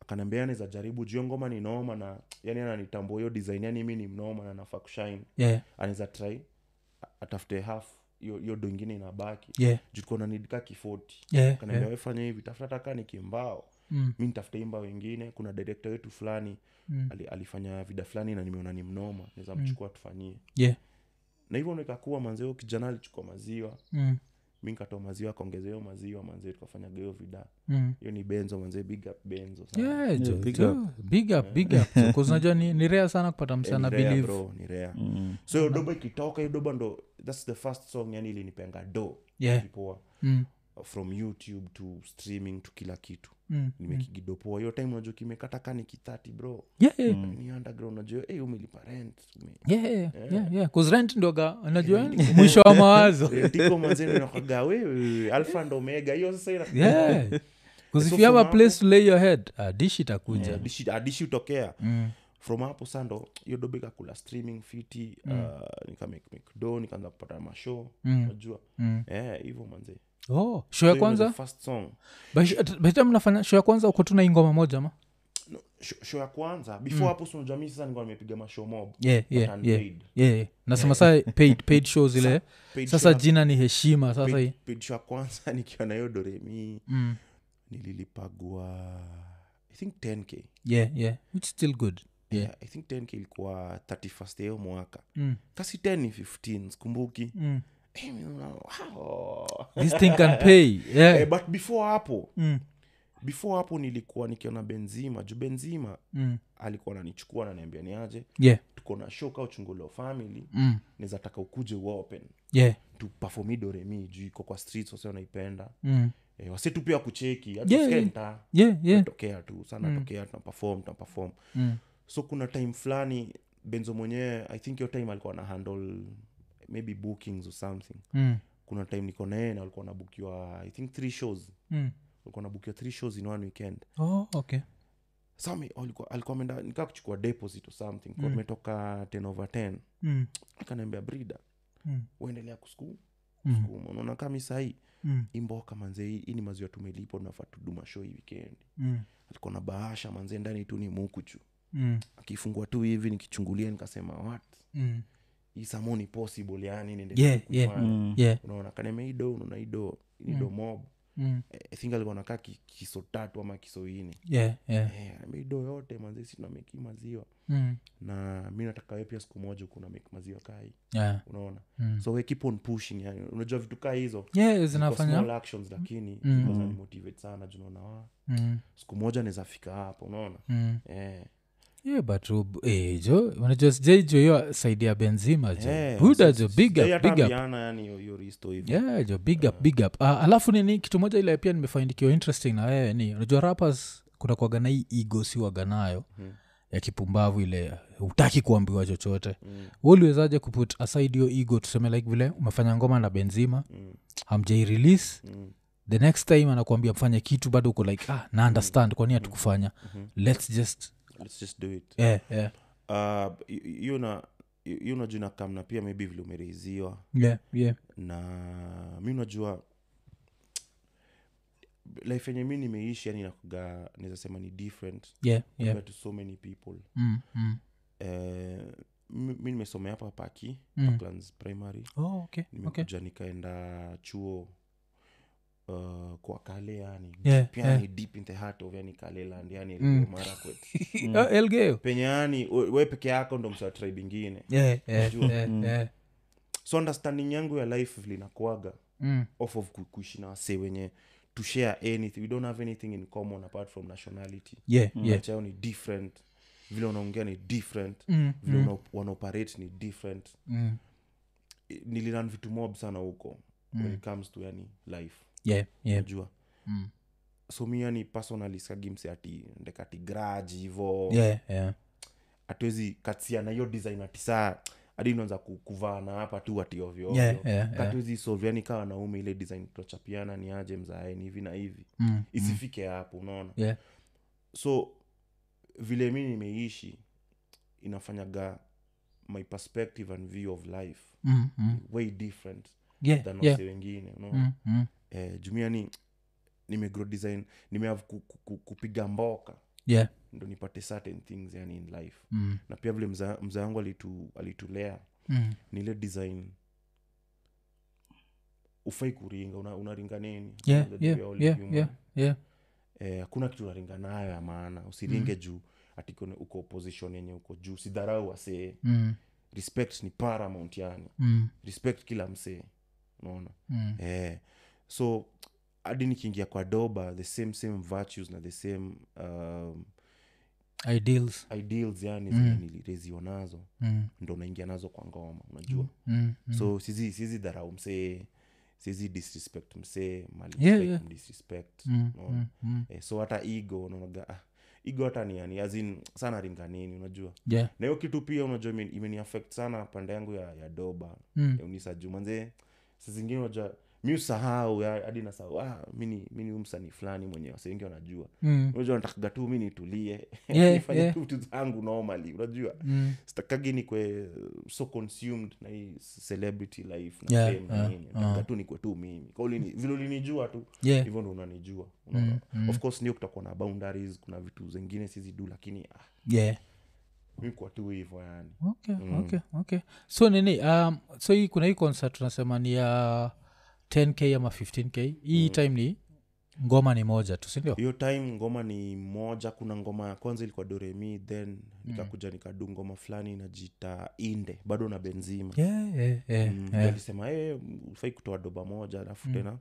Speaker 3: akaniambia yani za jaribu juu hiyo ngoma ni noma na yani ananitambua hiyo design yani mi ni mnoma na nafaa kushine
Speaker 1: yeah,
Speaker 3: anaweza try a- atafute half hiyo hiyo do ingine inabaki
Speaker 1: yeah,
Speaker 3: juu tuko na need ka kifoti
Speaker 1: yeah,
Speaker 3: kanaambia
Speaker 1: yeah.
Speaker 3: yeah. fanya hivi tafuta hata kaa ni kimbao
Speaker 1: Mm,
Speaker 3: mi nitafute imba wengine kuna direkta wetu fulani
Speaker 1: mm,
Speaker 3: ali, alifanya vida fulani na nimeona ni mnoma naweza mchukua tufanyie
Speaker 1: yeah,
Speaker 3: na hivyo ndo ikakuwa manze huyo kijana alichukua maziwa
Speaker 1: mm,
Speaker 3: mi nikatoa maziwa akaongezea hiyo maziwa manze tukafanya geo vida
Speaker 1: mm.
Speaker 3: hiyo ni benzo manze big up benzo sana.
Speaker 1: Yeah, jo-
Speaker 2: big
Speaker 1: jo, big up, big up. So, 'cause unajua ni, ni rare sana kupata
Speaker 3: Eh, ni
Speaker 1: msana
Speaker 3: rare
Speaker 1: believe
Speaker 3: bro, ni rare.
Speaker 2: Mm.
Speaker 3: so hiyo doba ikitoka hiyo doba ndo thats the first song yani ilinipenga do
Speaker 1: yeah.
Speaker 3: poa
Speaker 1: mm,
Speaker 3: from youtube to streaming to kila kitu
Speaker 1: mm.
Speaker 3: nimekigidopoa hiyo time unajua kimekata kani kithati bro
Speaker 1: Yeah, yeah.
Speaker 3: ni underground unajua hey, umelipa rent ume-
Speaker 1: Yeah, yeah, yeah, yeah. 'Cause rent ndoga unajua mwisho wa mawazo
Speaker 3: tiko manzeni nakaga wewe alfa ndo eh, omega hiyo sasa ina-
Speaker 1: yeah. 'Cause
Speaker 3: So
Speaker 1: if you have a
Speaker 3: from
Speaker 1: place to lay your head ah, dish itakuja
Speaker 3: Adishi- adishi utokea
Speaker 1: Mm.
Speaker 3: from hapo sando hiyo dobe kakula streaming fiti uh, nikamekdo nikaanza kupata mashow
Speaker 1: Mm.
Speaker 3: najua
Speaker 1: Mm.
Speaker 3: Eh, hivyo manze
Speaker 1: Oh, show ya
Speaker 3: So hiyo ndo
Speaker 1: kwanza
Speaker 3: the first song
Speaker 1: beta mnafanya show ya kwanza uko tuna ingoma moja ma
Speaker 3: no, sho- show ya kwanza before hapo sunjami sasa nikuwa nimepiga mashow mob
Speaker 1: Mm. yeah, yeah,
Speaker 3: But
Speaker 1: yeah,
Speaker 3: unpaid.
Speaker 1: yeah, yeah. nasema saa paid, paid show zile
Speaker 3: Paid show
Speaker 1: sasa
Speaker 3: ya-
Speaker 1: jina ni heshima sasa
Speaker 3: paid-
Speaker 1: hii
Speaker 3: paid show ya kwanza <laughs> nikiwa na hiyo doremi
Speaker 1: mm.
Speaker 3: nililipagwa i think 10k
Speaker 1: yeah, yeah. which is still good yeah.
Speaker 3: Uh, i think 10k ilikuwa 31st ya hiyo mwaka
Speaker 1: Mm.
Speaker 3: kasi 10 ni 15 sikumbuki
Speaker 1: Mm.
Speaker 3: Eh, mimi naona,
Speaker 1: <laughs>
Speaker 3: wow.
Speaker 1: this thing
Speaker 3: <laughs>
Speaker 1: can pay yeah.
Speaker 3: Eh, but before hapo
Speaker 1: mm.
Speaker 3: before hapo nilikuwa nikiona benzima juu benzima
Speaker 1: Mm.
Speaker 3: alikuwa ananichukua ananiambia ni aje
Speaker 1: yeah.
Speaker 3: tuko na show ka uchungulo family
Speaker 1: Mm.
Speaker 3: naweza taka ukuje uopen
Speaker 1: yeah.
Speaker 3: tupafomi doremi juu iko kwa streets wase wanaipenda
Speaker 1: Mm.
Speaker 3: e, wase tu pia kucheki
Speaker 1: Yeah, yeah.
Speaker 3: hatusikaintaa
Speaker 1: yeah, yeah.
Speaker 3: tokea tu sana mm. tokea tunapafom tunapafom
Speaker 1: Mm.
Speaker 3: so kuna time fulani benzo mwenyewe i think hiyo time alikuwa na handle maybe bookings or something
Speaker 1: Mm.
Speaker 3: kuna time niko na yeye na walikuwa nabukiwa i think three shows
Speaker 1: Mm.
Speaker 3: walikuwa nabukiwa three shows in one weekend
Speaker 1: Oh, okay.
Speaker 3: sa mi- alikuwa alikuwa ameenda nikaa kuchukua deposit or something kwa tumetoka 10 over 10
Speaker 1: Mm.
Speaker 3: akaniambia brida
Speaker 1: Mm.
Speaker 3: uendelea kusukuma
Speaker 1: Mm.
Speaker 3: unaona kama sahii
Speaker 1: Mm.
Speaker 3: imboka manze hii hii ni maziwa tumelipa tunafaa tuduma show hii weekend
Speaker 1: Mm.
Speaker 3: alikuwa na bahasha manze ndani tu ni mukuchu
Speaker 1: Mm.
Speaker 3: akifungua tu hivi nikichungulia nikasema what
Speaker 1: Mm.
Speaker 3: hii samo ni possible yani niendelee
Speaker 1: yeah, yeah.
Speaker 3: kufanya.
Speaker 2: Mm.
Speaker 1: yeah.
Speaker 3: unaona kaneme hii do unaona hii do ni do mob
Speaker 1: Mm.
Speaker 3: Eh, i think alikuwa nakaa ki- kiso tatu ama kiso ini
Speaker 1: yeah. yeah.
Speaker 3: Eh, anaambia hii do yote manze si tunameki maziwa
Speaker 1: Mm.
Speaker 3: na mi nataka we pia siku moja kuna make maziwa kai
Speaker 1: yeah.
Speaker 3: unaona
Speaker 1: Mm.
Speaker 3: so we keep on pushing yani unajua vitu kaa hizo
Speaker 1: yeah
Speaker 3: Kwa small
Speaker 1: zinafanya
Speaker 3: actions lakini
Speaker 1: Mm.
Speaker 3: mm. motivate sana junaona wa
Speaker 1: mm.
Speaker 3: siku moja naweza fika hapo unaona
Speaker 1: Mm.
Speaker 3: eh.
Speaker 1: yeah, but ub- eh, jo unajua sijaijo hiyo saidi ya benzima jo
Speaker 3: Eh,
Speaker 1: buda
Speaker 3: sasa-
Speaker 1: jo big
Speaker 3: sijai
Speaker 1: up
Speaker 3: hata
Speaker 1: big up
Speaker 3: ambiana, yani hiyo- hiyo risto hivi
Speaker 1: yeah jo big
Speaker 3: Uh,
Speaker 1: up big up Ah, alafu nini kitu moja ile pia nimefaindikiwa interesting na wewe ni unajua rappers kuna kuaga na hii ego siwaga nayo
Speaker 3: Hmm.
Speaker 1: ya kipumbavu ile hutaki kuambiwa chochote
Speaker 3: Hmm.
Speaker 1: mm. uliwezaje kuput aside hiyo ego tuseme like vile umefanya ngoma na benzima
Speaker 3: Hmm.
Speaker 1: mm. hamjai release
Speaker 3: Mm.
Speaker 1: the next time anakuambia mfanye kitu bado uko like ah na understand kwani
Speaker 3: Hmm.
Speaker 1: hatukufanya lets just
Speaker 3: Let's just do it
Speaker 1: yeah, yeah,
Speaker 3: Uh, y- y- hiyo na y- hiyo unajua inakamna pia maybe vile umereiziwa
Speaker 1: yeah, yeah.
Speaker 3: na mi unajua life yenye mi nimeishi yani nakuga naweza sema ni different
Speaker 1: Yeah, yeah.
Speaker 3: compared to so many people
Speaker 1: Mm, mm.
Speaker 3: Eh, mi mi nimesomea hapa paki
Speaker 1: Mm.
Speaker 3: Parklands primary
Speaker 1: Oh, okay, okay.
Speaker 3: nimekuja nikaenda chuo uh, kwa kale yani
Speaker 1: Yeah,
Speaker 3: pia
Speaker 1: yeah.
Speaker 3: ni deep in the heart of yani kaleland yani
Speaker 1: Mm.
Speaker 3: marakwet
Speaker 1: <laughs> Ah, Elgeyo.
Speaker 3: penye yani we we peke yako ndo msa tribe ingine
Speaker 1: Yeah, yeah,
Speaker 3: Najua. Hmm.
Speaker 1: yeah, yeah.
Speaker 3: so understanding yangu ya life vile inakuaga
Speaker 1: Mm.
Speaker 3: off of ku- kuishi na wasee wenye to share anything we don't have anything in common apart from nationality
Speaker 1: Yeah, yeah.
Speaker 3: Culture yao ni different vile wanaongea ni different
Speaker 1: Mm,
Speaker 3: vile mm. wanaoperate ni different
Speaker 1: mm.
Speaker 3: I- nililearn vitu mob sana huko when it comes to yani life
Speaker 1: Yeah, yeah.
Speaker 3: najua
Speaker 1: Mm.
Speaker 3: so mi yani personally skagimse ati ndekati graji hivo
Speaker 1: Yeah, yeah.
Speaker 3: hatuwezi katia na hiyo design ati saa hadi unaanza ku- kuvaana hapa tu ati ovyoovyo
Speaker 1: Yeah, yeah, yeah.
Speaker 3: katuwezi solve yani kaa wanaume ile design tunachapiana ni aje mzaeni hivi na hivi
Speaker 1: Mm, mm.
Speaker 3: isifike hapo unaona
Speaker 1: Yeah.
Speaker 3: so vile mi nimeishi inafanyaga my perspective and view of life
Speaker 1: Mm, mm.
Speaker 3: way different
Speaker 1: Yeah,
Speaker 3: than
Speaker 1: yeah.
Speaker 3: wase wengine unaona
Speaker 1: Mm, mm.
Speaker 3: eh, jumia ni nimegrow design nimehave ku, ku, ku, kupiga mboka
Speaker 1: yeah
Speaker 3: ndo nipate certain things yani in life
Speaker 1: mm.
Speaker 3: na pia vile mzaa mza wangu alitu, alitulea
Speaker 1: Mm.
Speaker 3: ni ile design ufai kuringa una, unaringa nini
Speaker 1: Yeah,
Speaker 3: Unajua
Speaker 1: yeah,
Speaker 3: we are all
Speaker 1: yeah,
Speaker 3: human.
Speaker 1: yeah, yeah.
Speaker 3: Eh, hakuna kitu unaringa nayo ya maana
Speaker 1: Mm-hmm.
Speaker 3: usiringe juu ati kone- uko position yenye uko juu sidharau wasee
Speaker 1: Mm.
Speaker 3: respect ni paramount yani
Speaker 1: Mm.
Speaker 3: respect kila msee unaona
Speaker 1: Mm.
Speaker 3: eh, so hadi nikiingia kwa doba the same same virtues na the same um,
Speaker 1: ideals
Speaker 3: ideals yani zenye nilireziwa nazo
Speaker 1: mm.
Speaker 3: ndo naingia nazo kwa ngoma unajua
Speaker 1: Mm. Mm.
Speaker 3: so sizi sizi dharau msee sizi disrespect msee mali
Speaker 1: Yeah,
Speaker 3: msee
Speaker 1: yeah.
Speaker 3: kumdisrespect,
Speaker 1: Mm.
Speaker 3: unaona?
Speaker 1: Mm. Mm.
Speaker 3: eh, so hata ego unaonaga ah, ego hata ni yani azin sana ringa nini unajua
Speaker 1: yeah
Speaker 3: na hiyo kitu pia unajua ime- imeniaffect sana pande yangu ya, ya doba
Speaker 1: Mm.
Speaker 3: ya unisa juu manze saa zingine unajua mi usahau ya- hadi nasahau ah, mi ni- mi ni huyu msanii fulani mwenye wase wengi wanajua
Speaker 1: Mm.
Speaker 3: unajua natakaga tu mi nitulie <laughs>
Speaker 1: Yeah,
Speaker 3: nifanye
Speaker 1: yeah.
Speaker 3: tu vitu zangu normally unajua
Speaker 1: Mm.
Speaker 3: sitakagi nikwe so consumed na hii celebrity life na
Speaker 1: Yeah,
Speaker 3: fame na
Speaker 1: yeah, uh-huh.
Speaker 3: nini nataka tu nikwe tu mimi Kwa ulini- vile ulinijua tu
Speaker 1: yeah Mm,
Speaker 3: hivyo ndo unanijua unaona of course ndio kutakuwa na boundaries kuna vitu zingine sizi du lakini ah,
Speaker 1: yeah
Speaker 3: mi kwa tu hivyo yani
Speaker 1: okay,
Speaker 3: Mm.
Speaker 1: okay, okay. so nini um, so hii kuna hii concert tunasema ni ya 10k ama 15k hii
Speaker 3: Mm.
Speaker 1: time ni ngoma ni moja tu sindio
Speaker 3: hiyo time ngoma ni moja kuna ngoma ya kwanza ilikuwa doremi
Speaker 1: Mm.
Speaker 3: then nikakuja nikadu ngoma fulani inajiita inde bado na benzima
Speaker 1: yeah, yeah, yeah, Mm,
Speaker 3: Mm,
Speaker 1: yeah.
Speaker 3: alisema hey, ufai kutoa doba moja alafu tena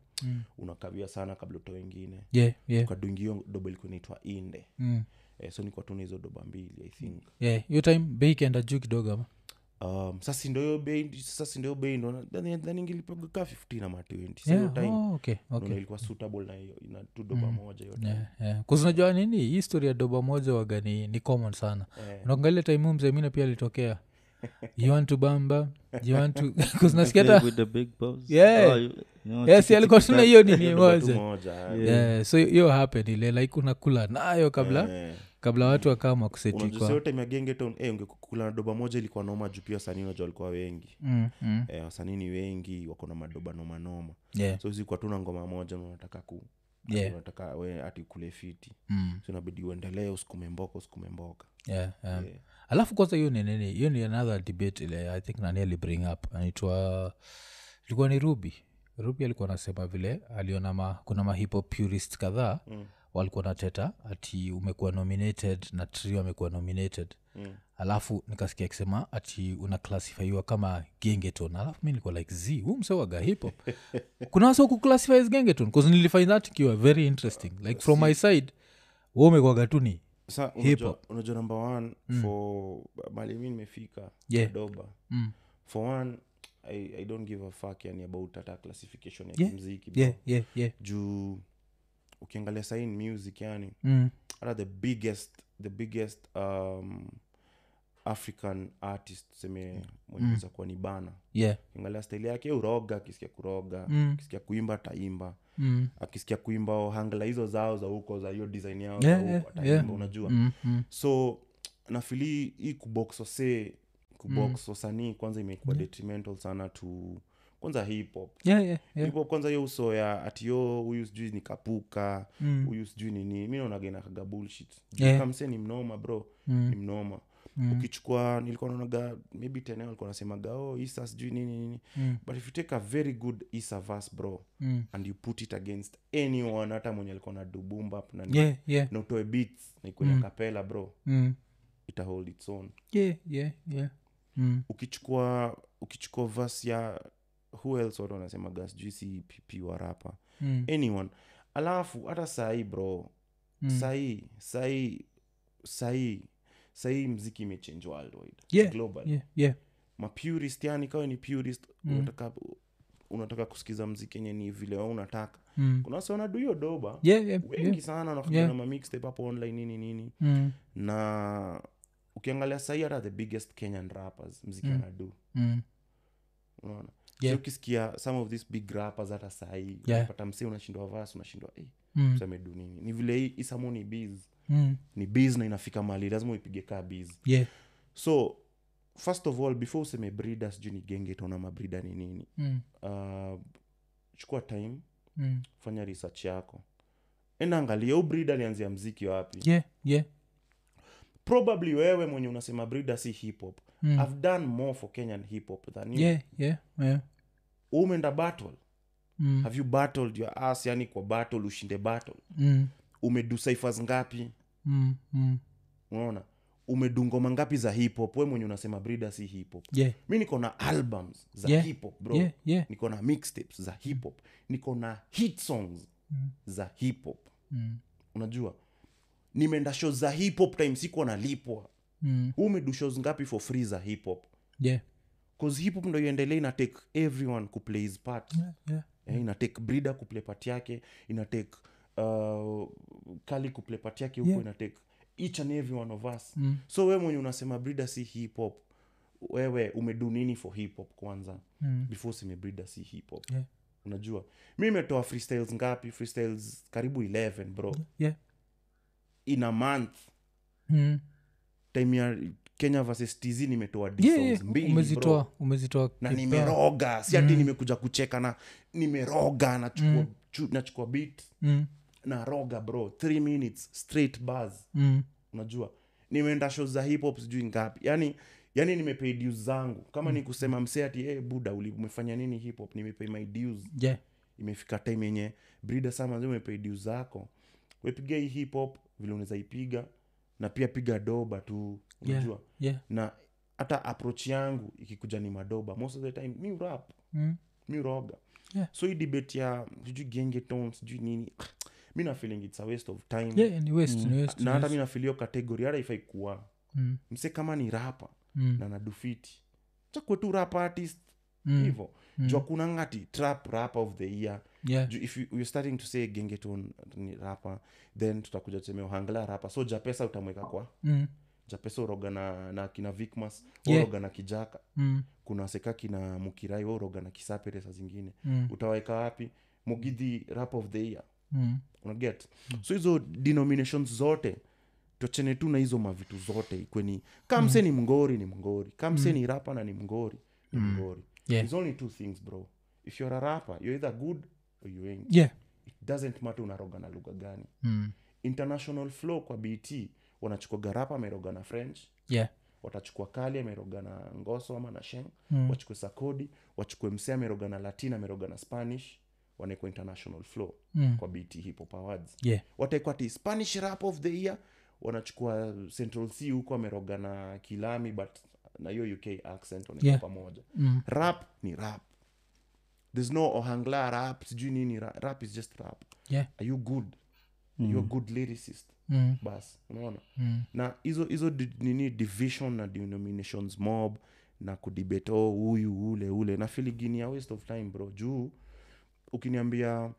Speaker 3: unakavia sana kabla utoe ingine
Speaker 1: Yeah, yeah,
Speaker 3: ukadungi hiyo doba ilikuwa inaitwa inde
Speaker 1: mm,
Speaker 3: eh, so nikuwa tuna hizo doba mbili i think
Speaker 1: yeah. hiyo time bei ikienda juu kidogo ama
Speaker 3: um, sasa si ndio hiyo bei sasa si ndio hiyo bei ndo then- then ingelipiga ka 15 ama 20 so hiyo
Speaker 1: yeah.
Speaker 3: time
Speaker 1: oh, okay,
Speaker 3: okay.
Speaker 1: okay.
Speaker 3: ilikuwa suitable na hiyo ina tu doba moja hiyo time.
Speaker 1: Yeah, yeah. 'Cause unajua nini hii story ya doba moja waga ni, ni common sana
Speaker 3: Eh.
Speaker 1: unaangalia time huu mzee mina pia
Speaker 3: <laughs>
Speaker 1: alitokea you want to bamba you want to 'cause nasikia hata
Speaker 2: With the big boss.
Speaker 1: Yeah.
Speaker 2: Oh, you- you know,
Speaker 1: yes
Speaker 2: tiki-
Speaker 1: alikuwa
Speaker 2: tiki-
Speaker 1: tuna hiyo
Speaker 3: Hiyo
Speaker 1: nini
Speaker 3: <laughs> doba tu
Speaker 1: moja
Speaker 3: moja, eh.
Speaker 1: yeah, so hiyo happen ile like unakula nayo kabla
Speaker 3: Eh.
Speaker 1: kabla watu wakama
Speaker 3: unajua sio
Speaker 1: kusetikwa
Speaker 3: time ya gengeton eh, ungekukula na doba moja ilikuwa noma juu pia wasanii unajua walikuwa wengi
Speaker 1: mm, mm.
Speaker 3: eh, wasanii ni wengi wako na madoba noma noma
Speaker 1: yeah.
Speaker 3: so zikuwa tu na ngoma moja na unataka ku ati
Speaker 1: Yeah.
Speaker 3: unataka we ati kule fiti
Speaker 1: Mm,
Speaker 3: so inabidi uendelee usikume mboka usikume mboka
Speaker 1: yeah, yeah.
Speaker 3: Yeah.
Speaker 1: alafu kwanza hiyo ni nini hiyo ni another debate ile i think nani ali bring up anaitwa ilikuwa ni ruby ruby alikuwa anasema vile aliona ma, kuna mahipo purist kadhaa mm. walikuwa nateta ati umekuwa nominated na trio amekuwa nominated
Speaker 3: Mm.
Speaker 1: alafu nikasikia akisema ati unaclassifyiwa kama gengeton alafu mi nilikuwa like z huu msewaga <laughs> hiphop kuna wasa kuclassify as gengeton bcause nilifind that ikiwa very interesting like from my side hu umekwaga tu ni
Speaker 3: sa
Speaker 1: Hip Mm.
Speaker 3: unajua unajua number one for mali mi nimefika
Speaker 1: Yeah.
Speaker 3: doba
Speaker 1: Mm.
Speaker 3: for one I, i don't give a fuck yani about hata classification ya
Speaker 1: Yeah.
Speaker 3: kimziki bro.
Speaker 1: yeah, yeah, yeah.
Speaker 3: juu ukiangalia sain music yani
Speaker 1: Mm.
Speaker 3: hata the biggest the biggest um, african artist tuseme
Speaker 1: Mm.
Speaker 3: mwenyeweza kuwa ni bana
Speaker 1: yeah.
Speaker 3: ukiangalia staili yake uroga akisikia kuroga
Speaker 1: Mm.
Speaker 3: akisikia kuimba ataimba
Speaker 1: Mm.
Speaker 3: akisikia kuimba o hangla hizo zao za huko za hiyo design yao
Speaker 1: Yeah,
Speaker 3: za huko
Speaker 1: yeah,
Speaker 3: ataimba
Speaker 1: yeah.
Speaker 3: unajua
Speaker 1: Mm. Mm.
Speaker 3: so nafili hii kubox wasee kubox
Speaker 1: Mm.
Speaker 3: wasanii kwanza imekuwa detrimental sana to kwanza hip hop
Speaker 1: Yeah, yeah, yeah.
Speaker 3: hip hop kwanza hiyo uso ya atiyo huyu sijui ni kapuka
Speaker 1: Mm.
Speaker 3: huyu sijui nini mi naonaga inakaga bullshit
Speaker 1: Yeah.
Speaker 3: kamse ni mnoma bro
Speaker 1: mm,
Speaker 3: ni mnoma ukichukua nilikuwa naonaga maybe tena walikuwa nasemaga oh isa sijui nini nini
Speaker 1: Mm.
Speaker 3: but if you take a very good isa verse bro
Speaker 1: Mm.
Speaker 3: and you put it against anyone hata mwenye alikuwa na dubumbap na
Speaker 1: Yeah, yeah.
Speaker 3: na utoe beats na ikuwe mm. kapela bro
Speaker 1: Mm.
Speaker 3: ita hold its own
Speaker 1: Yeah, yeah, yeah. Mm.
Speaker 3: ukichukua ukichukua verse ya who else watu wanasemaga sijui si pp wa rapa
Speaker 1: Mm.
Speaker 3: anyone alafu hata sahii bro
Speaker 1: Mm.
Speaker 3: sahii sahii sahii sahii mziki imechange worldwide
Speaker 1: Yeah,
Speaker 3: global
Speaker 1: Yeah, Mm. yeah.
Speaker 3: mapurist yani kawe ni purist unataka unataka kusikiza mziki yenye ni vile wewe unataka
Speaker 1: Mm.
Speaker 3: kuna wasi wanadu hiyo doba
Speaker 1: Yeah, yeah,
Speaker 3: wengi
Speaker 1: yeah.
Speaker 3: sana wanakuja
Speaker 1: Yeah.
Speaker 3: na mamixtape hapo online nini nini
Speaker 1: Mm.
Speaker 3: na ukiangalia sahii hata the biggest kenyan rappers mziki mm. anadu
Speaker 1: Mm.
Speaker 3: unaona
Speaker 1: Yeah.
Speaker 3: so ukisikia some of these big rappers hata sahii
Speaker 1: Yeah.
Speaker 3: unapata msee unashindwa vas unashindwa hey,
Speaker 1: Mm.
Speaker 3: tuseme du nini ni vile hii isamu ni biz
Speaker 1: Mm.
Speaker 3: ni biz na inafika mali lazima uipige kaa biz
Speaker 1: Yeah.
Speaker 3: so first of all before useme brida sijui ni genge tona mabrida ni nini
Speaker 1: Mm.
Speaker 3: uh, chukua time
Speaker 1: Mm.
Speaker 3: fanya research yako enda angalia u brida alianzia mziki wapi
Speaker 1: Yeah, yeah
Speaker 3: probably wewe mwenye unasema brida si hip hop
Speaker 1: Mm.
Speaker 3: i've done more for kenyan hip hop than you
Speaker 1: yeah yeah yeah
Speaker 3: umeenda battle
Speaker 1: Mm.
Speaker 3: Mm-hmm. have you battled your ass yani kwa battle ushinde battle
Speaker 1: Mm.
Speaker 3: umedu ciphers ngapi
Speaker 1: Mm. Mm.
Speaker 3: unaona umedu ngoma ngapi za hip hop we mwenye unasema brida si hip hop
Speaker 1: yeah
Speaker 3: mi niko na albums za
Speaker 1: Yeah.
Speaker 3: hip hop bro
Speaker 1: yeah yeah
Speaker 3: niko na mixtapes za hip hop niko na hit songs za hip hop
Speaker 1: Mm.
Speaker 3: unajua nimeenda shows za hip hop time sikuwa nalipwa
Speaker 1: Mm.
Speaker 3: huu umedu shows ngapi for free za hip hop
Speaker 1: yeah
Speaker 3: cause hip hop ndo iendelee ina take everyone kuplay his part
Speaker 1: yeah yeah
Speaker 3: Eh, ina take brida kuplay part yake ina take uh, kali kuplay part yake huko
Speaker 1: Yeah.
Speaker 3: ina take each and every one of us
Speaker 1: Mm.
Speaker 3: so we mwenye unasema brida si hip hop wewe umedu nini for hip hop kwanza
Speaker 1: Mm.
Speaker 3: before useme brida si hip hop
Speaker 1: Yeah.
Speaker 3: unajua mi imetoa freestyles ngapi freestyles karibu 11 bro
Speaker 1: yeah
Speaker 3: in a month
Speaker 1: Mm.
Speaker 3: time ya kenya versus tz nimetoa d
Speaker 1: yeah,
Speaker 3: songs
Speaker 1: yeah.
Speaker 3: mbili bro.
Speaker 1: umezitoa Mm. umezitoa
Speaker 3: na
Speaker 1: kipao.
Speaker 3: nimeroga si ati nimekuja kucheka na nimeroga nachukua chu- nachukua beat
Speaker 1: Mm.
Speaker 3: naroga bro three minutes straight bars
Speaker 1: Mm.
Speaker 3: unajua nimeenda show za hip hop sijui ngapi yani yani nimepay dues zangu kama
Speaker 1: Mm.
Speaker 3: ni kusema msee ati hey, buda uli- umefanya nini hip hop nimepay my dues
Speaker 1: yeah
Speaker 3: imefika time yenye brida sama umepay dues zako wepiga hii hip hop vile unaweza ipiga na pia piga doba tu
Speaker 1: yeah
Speaker 3: unajua
Speaker 1: yeah
Speaker 3: na hata approach yangu ikikuja ni madoba most of the time mi rap
Speaker 1: Mm.
Speaker 3: mi roga
Speaker 1: Yeah.
Speaker 3: so hii debate ya sijui gengeton sijui nini mi nafiling its a waste of time
Speaker 1: yeah ni waste ni waste
Speaker 3: na hata mi nafilio kategori hata ifai kuwa
Speaker 1: Mm.
Speaker 3: mse kama ni rapa
Speaker 1: Mm.
Speaker 3: na nadufiti chakwe tu rap artist
Speaker 1: Mm.
Speaker 3: hivo jua kuna ngati trap rap of the year
Speaker 1: yeah
Speaker 3: Ju- if you, you're starting to say gengeton ni rapa then tutakuja tuseme ohangla rapa so japesa utamweka kwa
Speaker 1: Mm.
Speaker 3: japesa uroga na, na kina vikmas
Speaker 1: Yeah.
Speaker 3: uroga na kijaka
Speaker 1: Mm.
Speaker 3: kuna waseka kina mukirai uroga na kisapere saa zingine
Speaker 1: Mm.
Speaker 3: utaweka wapi mugidhi rap of the year
Speaker 1: Mm.
Speaker 3: unaget
Speaker 1: Hmm.
Speaker 3: so hizo denominations zote tochene tu na hizo mavitu zote ikweni kamse
Speaker 1: Hmm.
Speaker 3: ni mngori ni mngori kamse ni rapa na ni mngori ni mngori
Speaker 1: Hmm. Yeah.
Speaker 3: There's only two things bro if you're a rapper you're either good or you ain't
Speaker 1: yeah
Speaker 3: it doesn't matter unaroga na lugha gani
Speaker 1: Mm.
Speaker 3: international flow kwa bt wanachukua garapa ameroga na french
Speaker 1: yeah
Speaker 3: watachukua kali ameroga na ngoso ama na sheng
Speaker 1: Mm.
Speaker 3: wachukue sakodi wachukue mse ameroga na latin ameroga na spanish wanaekwa international flow
Speaker 1: Mm.
Speaker 3: kwa bt hip hop awards
Speaker 1: yeah
Speaker 3: wataekwa ti spanish rap of the year wanachukua central c huko ameroga na kilami but na hiyo uk accent wanaekwa
Speaker 1: Yeah.
Speaker 3: pamoja
Speaker 1: Mm.
Speaker 3: rap ni rap there's no ohangla rap sijui nini ra- rap is just rap
Speaker 1: yeah
Speaker 3: are you good mm. you're a good lyricist
Speaker 1: Mm.
Speaker 3: bas unaona
Speaker 1: Mm.
Speaker 3: na hizo hizo di- nini division na denominations mob na kudibate oh, huyu ule ule na filigini ya waste of time bro juu ukiniambia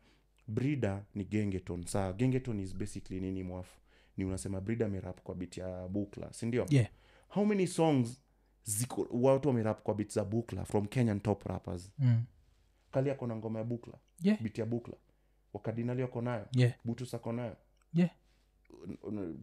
Speaker 3: brida ni gengeton saa gengeton is basically nini mwafu ni unasema brida amerap kwa bit ya bukla sindio
Speaker 1: yeah
Speaker 3: how many songs ziko watu wamerap kwa bit za bukla from kenyan top rappers
Speaker 1: Mm.
Speaker 3: kali ako na ngoma ya bukla
Speaker 1: yeah
Speaker 3: bit ya bukla wakadinali wako nayo
Speaker 1: yeah
Speaker 3: butus ako nayo
Speaker 1: yeah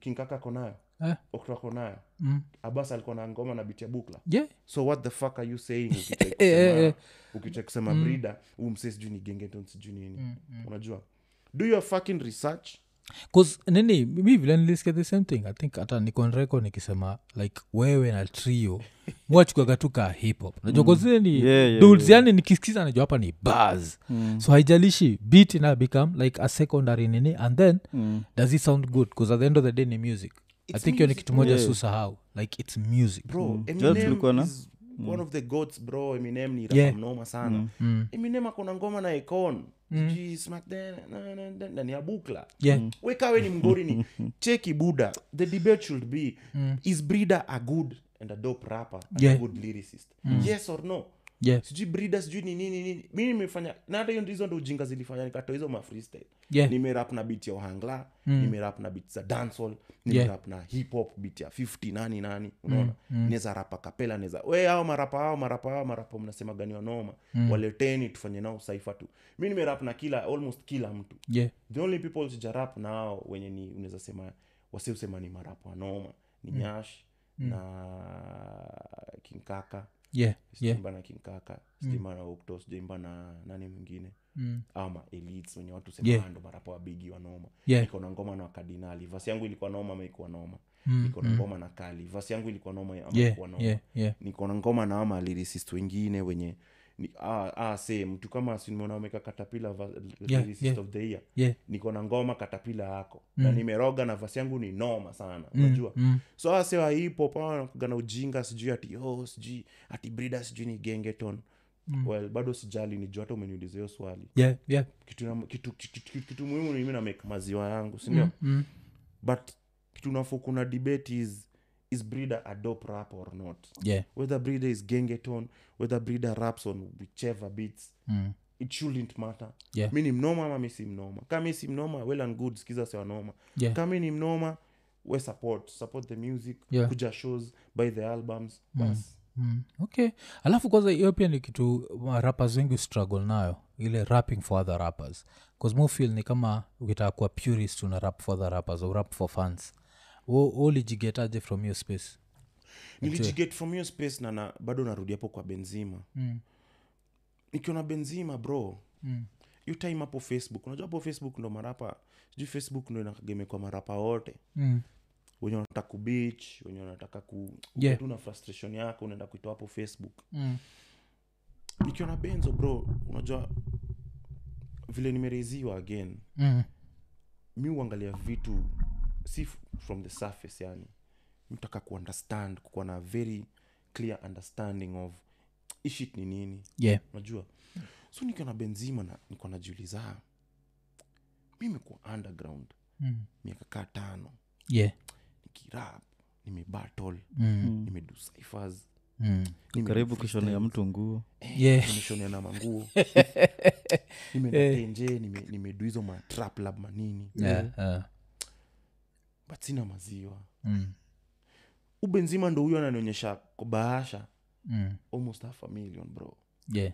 Speaker 3: kinkaka ako nayo
Speaker 1: Ah.
Speaker 3: okto ako nayo
Speaker 1: Mm.
Speaker 3: abas alikuwa na ngoma na bit ya bukla
Speaker 1: yeah
Speaker 3: so what the fuck are you saying ukitry
Speaker 1: Eh, eh,
Speaker 3: kusema-
Speaker 1: eh.
Speaker 3: ukitry kusema brida huu msee sijui ni gengeton sijui nini
Speaker 1: hmm.
Speaker 3: unajua do your fucking research
Speaker 1: bcause nini mi vile nilisikia the same thing i think hata nikonreko nikisema like wewe na trio mwachukaga tu ka hiphop najua kazile ni
Speaker 2: Yeah, yeah,
Speaker 1: dudes, yani nikisikiza najua hapa ni bars so haijalishi beat ina become like a secondary nini and then does it sound good bcause at the end of the day ni music i think hiyo ni kitu moja
Speaker 2: Yeah.
Speaker 1: susahau like its music
Speaker 3: bro
Speaker 2: Just tulikuwa
Speaker 3: eminem
Speaker 2: na-
Speaker 3: is one of the goats bro eminem ni
Speaker 1: Yeah.
Speaker 3: yeah. mnoma sana eminem akona ngoma na econ mm. smack then, na- na- na- na ni ya bukla
Speaker 1: yeah
Speaker 3: wekawe ni mgori ni cheki buda the debate should be is breeder a good and a dope rapper and
Speaker 1: Yeah.
Speaker 3: a good lyricist yes or no
Speaker 1: yeah
Speaker 3: sijui brida sijui ni nini nini mi nimefanya na hata hiyo ndizo ndo ujinga zilifanya nikatoa hizo ma freestyle
Speaker 1: yeah
Speaker 3: nimerap na bit ya ohangla mm. nimerap na bit za dancehall nimerap na hip hop bit ya 50 nani nani unaona mm. neza rapa kapela neza we hao marapa hao marapa hao marapa mnasema gani wanoma mm. waleteni tufanye nao saifa tu mi nimerap na kila almost kila mtu
Speaker 1: yeah
Speaker 3: the only people sijarap nao wenye ni unaweza sema wasi usema ni marapa wanoma ni nyash mm. na kinkaka
Speaker 1: yeah Mm. yeah
Speaker 3: sijaimba na kinkaka sijaimba na okto sijaimba na nani mwingine
Speaker 1: Mm.
Speaker 3: ama elites wenye watu "Ah,
Speaker 1: Yeah.
Speaker 3: semando marapo wabigi wanoma
Speaker 1: Yeah.
Speaker 3: niko na ngoma na wakardinali vasi yangu ilikuwa noma ama ikuwa noma
Speaker 1: Mm,
Speaker 3: niko na ngoma na kali vasi yangu ilikuwa noma ama
Speaker 1: yeah,
Speaker 3: ikuwa noma
Speaker 1: yeah, yeah.
Speaker 3: niko na ngoma na ama lyricist wengine wenye ni, ah, ah, se mtu kama simeona ameka katapila
Speaker 1: Yeah,
Speaker 3: lyricist
Speaker 1: yeah.
Speaker 3: of the year
Speaker 1: Yeah.
Speaker 3: niko na ngoma katapila yako mm. na nimeroga na vasi yangu ni noma sana unajua
Speaker 1: Mm.
Speaker 3: so ase waipo paagana ujinga sijui ati oh, sijui ati brida sijui ni gengeton mm. well bado sijali nijua hata umeniuliza hiyo swali
Speaker 1: Yeah, yeah.
Speaker 3: kitu, na, kitu, kitu, kitu, kitu muhimu ni mimi na make maziwa yangu sindio mm.
Speaker 1: Mm.
Speaker 3: but kitu nafo kuna debate is is breeder a dope rap or not
Speaker 1: Yeah.
Speaker 3: whether breeder is gengeton whether breeder raps on whichever beats
Speaker 1: Mm.
Speaker 3: it shouldn't matter
Speaker 1: Yeah.
Speaker 3: mi ni mnoma ama mi si mnoma kama mi si mnoma well and good skiza sewanoma
Speaker 1: Yeah.
Speaker 3: kama mi ni mnoma we support support the music
Speaker 1: Yeah.
Speaker 3: kuja shows buy the albums bas
Speaker 1: Mm. okay alafu kwanza hiyo pia ni kitu ma- rappers wengi struggle nayo ile rapping for other rappers bcause mofil ni kama ukitaka kuwa purist una rap for other rappers au rap for fans ulijigetaje from hiyo space
Speaker 3: nilijiget from hiyo space na, na bado narudi hapo kwa benzima
Speaker 1: Mm.
Speaker 3: nikiona benzima bro hiyo time hapo facebook unajua hapo facebook ndo marapa sijui facebook ndo inakagemekwa marapa wote
Speaker 1: Mm.
Speaker 3: wenye wanataka kubich wenye wanataka ku
Speaker 1: Yeah.
Speaker 3: yeah. tu na frustration yako unaenda kuitoa hapo facebook
Speaker 1: Mm.
Speaker 3: nikiona benzo bro unajua vile nimereziwa again
Speaker 1: Mm.
Speaker 3: mi huangalia vitu si f- from the surface yani mtaka kuunderstand kukuwa na very clear understanding of ishit ni nini
Speaker 1: yeah
Speaker 3: unajua so nikiwa na benzima na nikuwa najiuliza "Ah, mi imekuwa underground
Speaker 1: Mm.
Speaker 3: miaka kaa tano
Speaker 1: yeah
Speaker 3: nikirap nimebattle
Speaker 1: Mm.
Speaker 3: nimedu cyphers
Speaker 1: Mm.
Speaker 3: nime-
Speaker 2: karibu kushonea mtu nguo
Speaker 1: yeah
Speaker 3: nimeshonea na
Speaker 1: <laughs>
Speaker 3: manguo nimenatenje nime- nimedu hizo matrap lab manini
Speaker 1: Yeah, uh,
Speaker 3: but sina maziwa
Speaker 1: mm.
Speaker 3: ubenzima ndo huyo ananionyesha kwa bahasha
Speaker 1: Mm.
Speaker 3: almost half a million bro
Speaker 1: yeah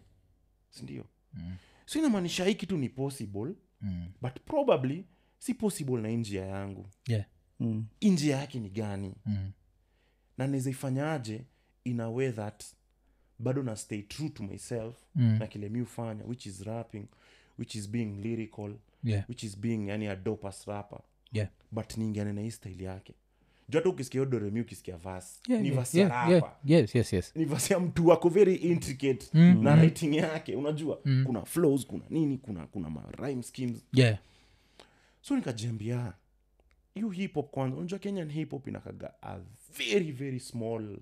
Speaker 3: sindio
Speaker 1: Mm.
Speaker 3: so inamaanisha hii kitu ni possible
Speaker 1: Mm.
Speaker 3: but probably si possible na hii njia yangu
Speaker 1: yeah
Speaker 2: mm.
Speaker 3: hii njia yake ni gani
Speaker 1: Mm.
Speaker 3: na nizaifanyaje in a way that bado na stay true to myself
Speaker 1: Mm.
Speaker 3: na kile mi hufanya which is rapping which is being lyrical
Speaker 1: yeah
Speaker 3: which is being yani a dopas rapper
Speaker 1: yeah
Speaker 3: but niingiane na hii style yake juu hata ukisikia hiyo doremi ukisikia vas
Speaker 1: yeah
Speaker 3: ni
Speaker 1: yeah,
Speaker 3: vas ya
Speaker 1: yeah,
Speaker 3: rapa
Speaker 1: yeah. yes yes yes
Speaker 3: ni verse ya mtu wako very intricate
Speaker 1: Mm.
Speaker 3: na writing yake unajua kuna flows kuna nini kuna kuna ma rhyme schemes
Speaker 1: yeah
Speaker 3: so nikajiambia hiyo hip hop kwanza unajua kenyan hip hop inakaga a very very small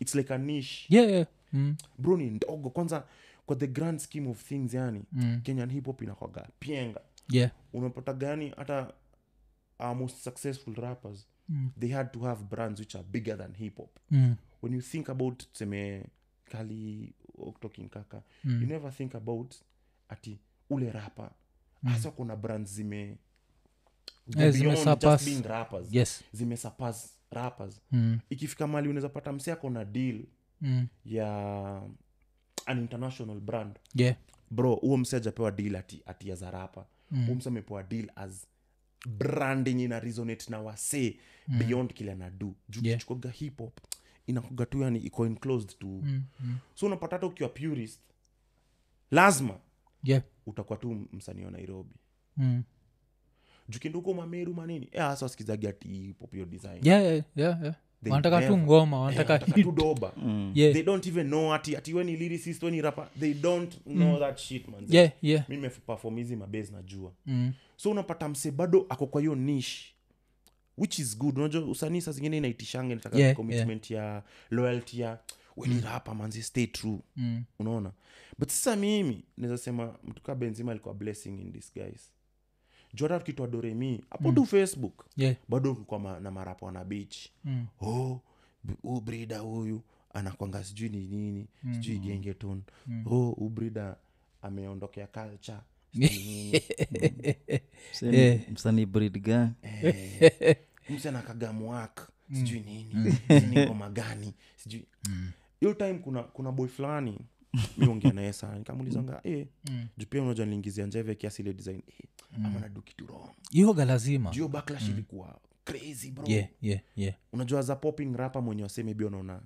Speaker 3: its like a niche
Speaker 1: yeah yeah mm.
Speaker 3: bro ni ndogo kwanza kwa the grand scheme of things yani
Speaker 1: Mm.
Speaker 3: kenyan hip hop inakwaga pienga
Speaker 1: yeah
Speaker 3: unapata gani hata our most successful rappers
Speaker 1: Mm.
Speaker 3: they had to have brands which are bigger than hip hop
Speaker 1: mm.
Speaker 3: when you think about tuseme kali talking kaka
Speaker 1: Mm.
Speaker 3: you never think about ati ule rapa hasa kuna brand zime go
Speaker 1: Eh,
Speaker 3: beyond
Speaker 1: zimesurpass.
Speaker 3: just being rappers.
Speaker 1: yes
Speaker 3: zimesurpass rappers
Speaker 1: mm.
Speaker 3: ikifika mali unaweza pata mse ako na deal
Speaker 1: Mm.
Speaker 3: ya an international brand
Speaker 1: yeah
Speaker 3: bro huo mse ajapewa deal ati, ati as a rapa
Speaker 1: Hmm.
Speaker 3: mm. huo mse amepewa deal as brand yenye ina resonate na wasee mm. beyond kile anadu juu
Speaker 1: Yeah.
Speaker 3: kichukoga hip hop inakuga tu yani iko enclosed to
Speaker 1: Hmm.
Speaker 3: mm. so unapata hata ukiwa purist lazima
Speaker 1: yeah
Speaker 3: utakuwa tu msanii wa nairobi
Speaker 1: mm.
Speaker 3: jukinduko mameru manini Eh, hasa wasikizagi ati hip hop hiyo design
Speaker 1: yeah yeah yeah, yeah.
Speaker 3: They
Speaker 1: wanataka tu
Speaker 3: never-
Speaker 1: ngoma
Speaker 3: Eh,
Speaker 1: wanataka
Speaker 3: wanataka
Speaker 1: hit
Speaker 3: tu doba
Speaker 1: <laughs> yeah
Speaker 3: they don't even know ati ati weni lyricist weni rapa they don't know that shit man
Speaker 1: Mm. yeah yeah
Speaker 3: mi nimeperform hizi mabase najua
Speaker 1: mm.
Speaker 3: so unapata mse bado ako kwa hiyo niche which is good unajua usanii saa zingine inaitishanga inataka
Speaker 1: Yeah,
Speaker 3: commitment ya loyalty ya weni rapa manzi stay true
Speaker 1: Mm.
Speaker 3: unaona but sasa mimi naweza sema mtuka benzima alikuwa blessing in disguise jota kitwa doremi hapo
Speaker 1: Mm.
Speaker 3: tu facebook
Speaker 1: yeah
Speaker 3: bado kulikuwa ma, na marapo na beach
Speaker 1: Mm.
Speaker 3: oh b- huu brida huyu anakwanga sijui ni nini
Speaker 1: Mm.
Speaker 3: sijui gengeton oh huu brida ameondokea culture sijui
Speaker 1: <laughs>
Speaker 3: nini.
Speaker 2: Msanii- msanii breed gang
Speaker 3: Eh, mse anakaga mwak sijui nini sijui ngoma gani sijui hiyo time kuna kuna boy fulani miongea naye sana nikamuulizanga eh, juu pia unajua niliingizia njeve kiasi ile design eh, ama nadu kitu wrong
Speaker 1: yoga lazima
Speaker 3: juu hiyo backlash ilikuwa crazy bro
Speaker 1: Ah. yeah yeah yeah
Speaker 3: unajua za popping rapa mwenye wasee maybe unaona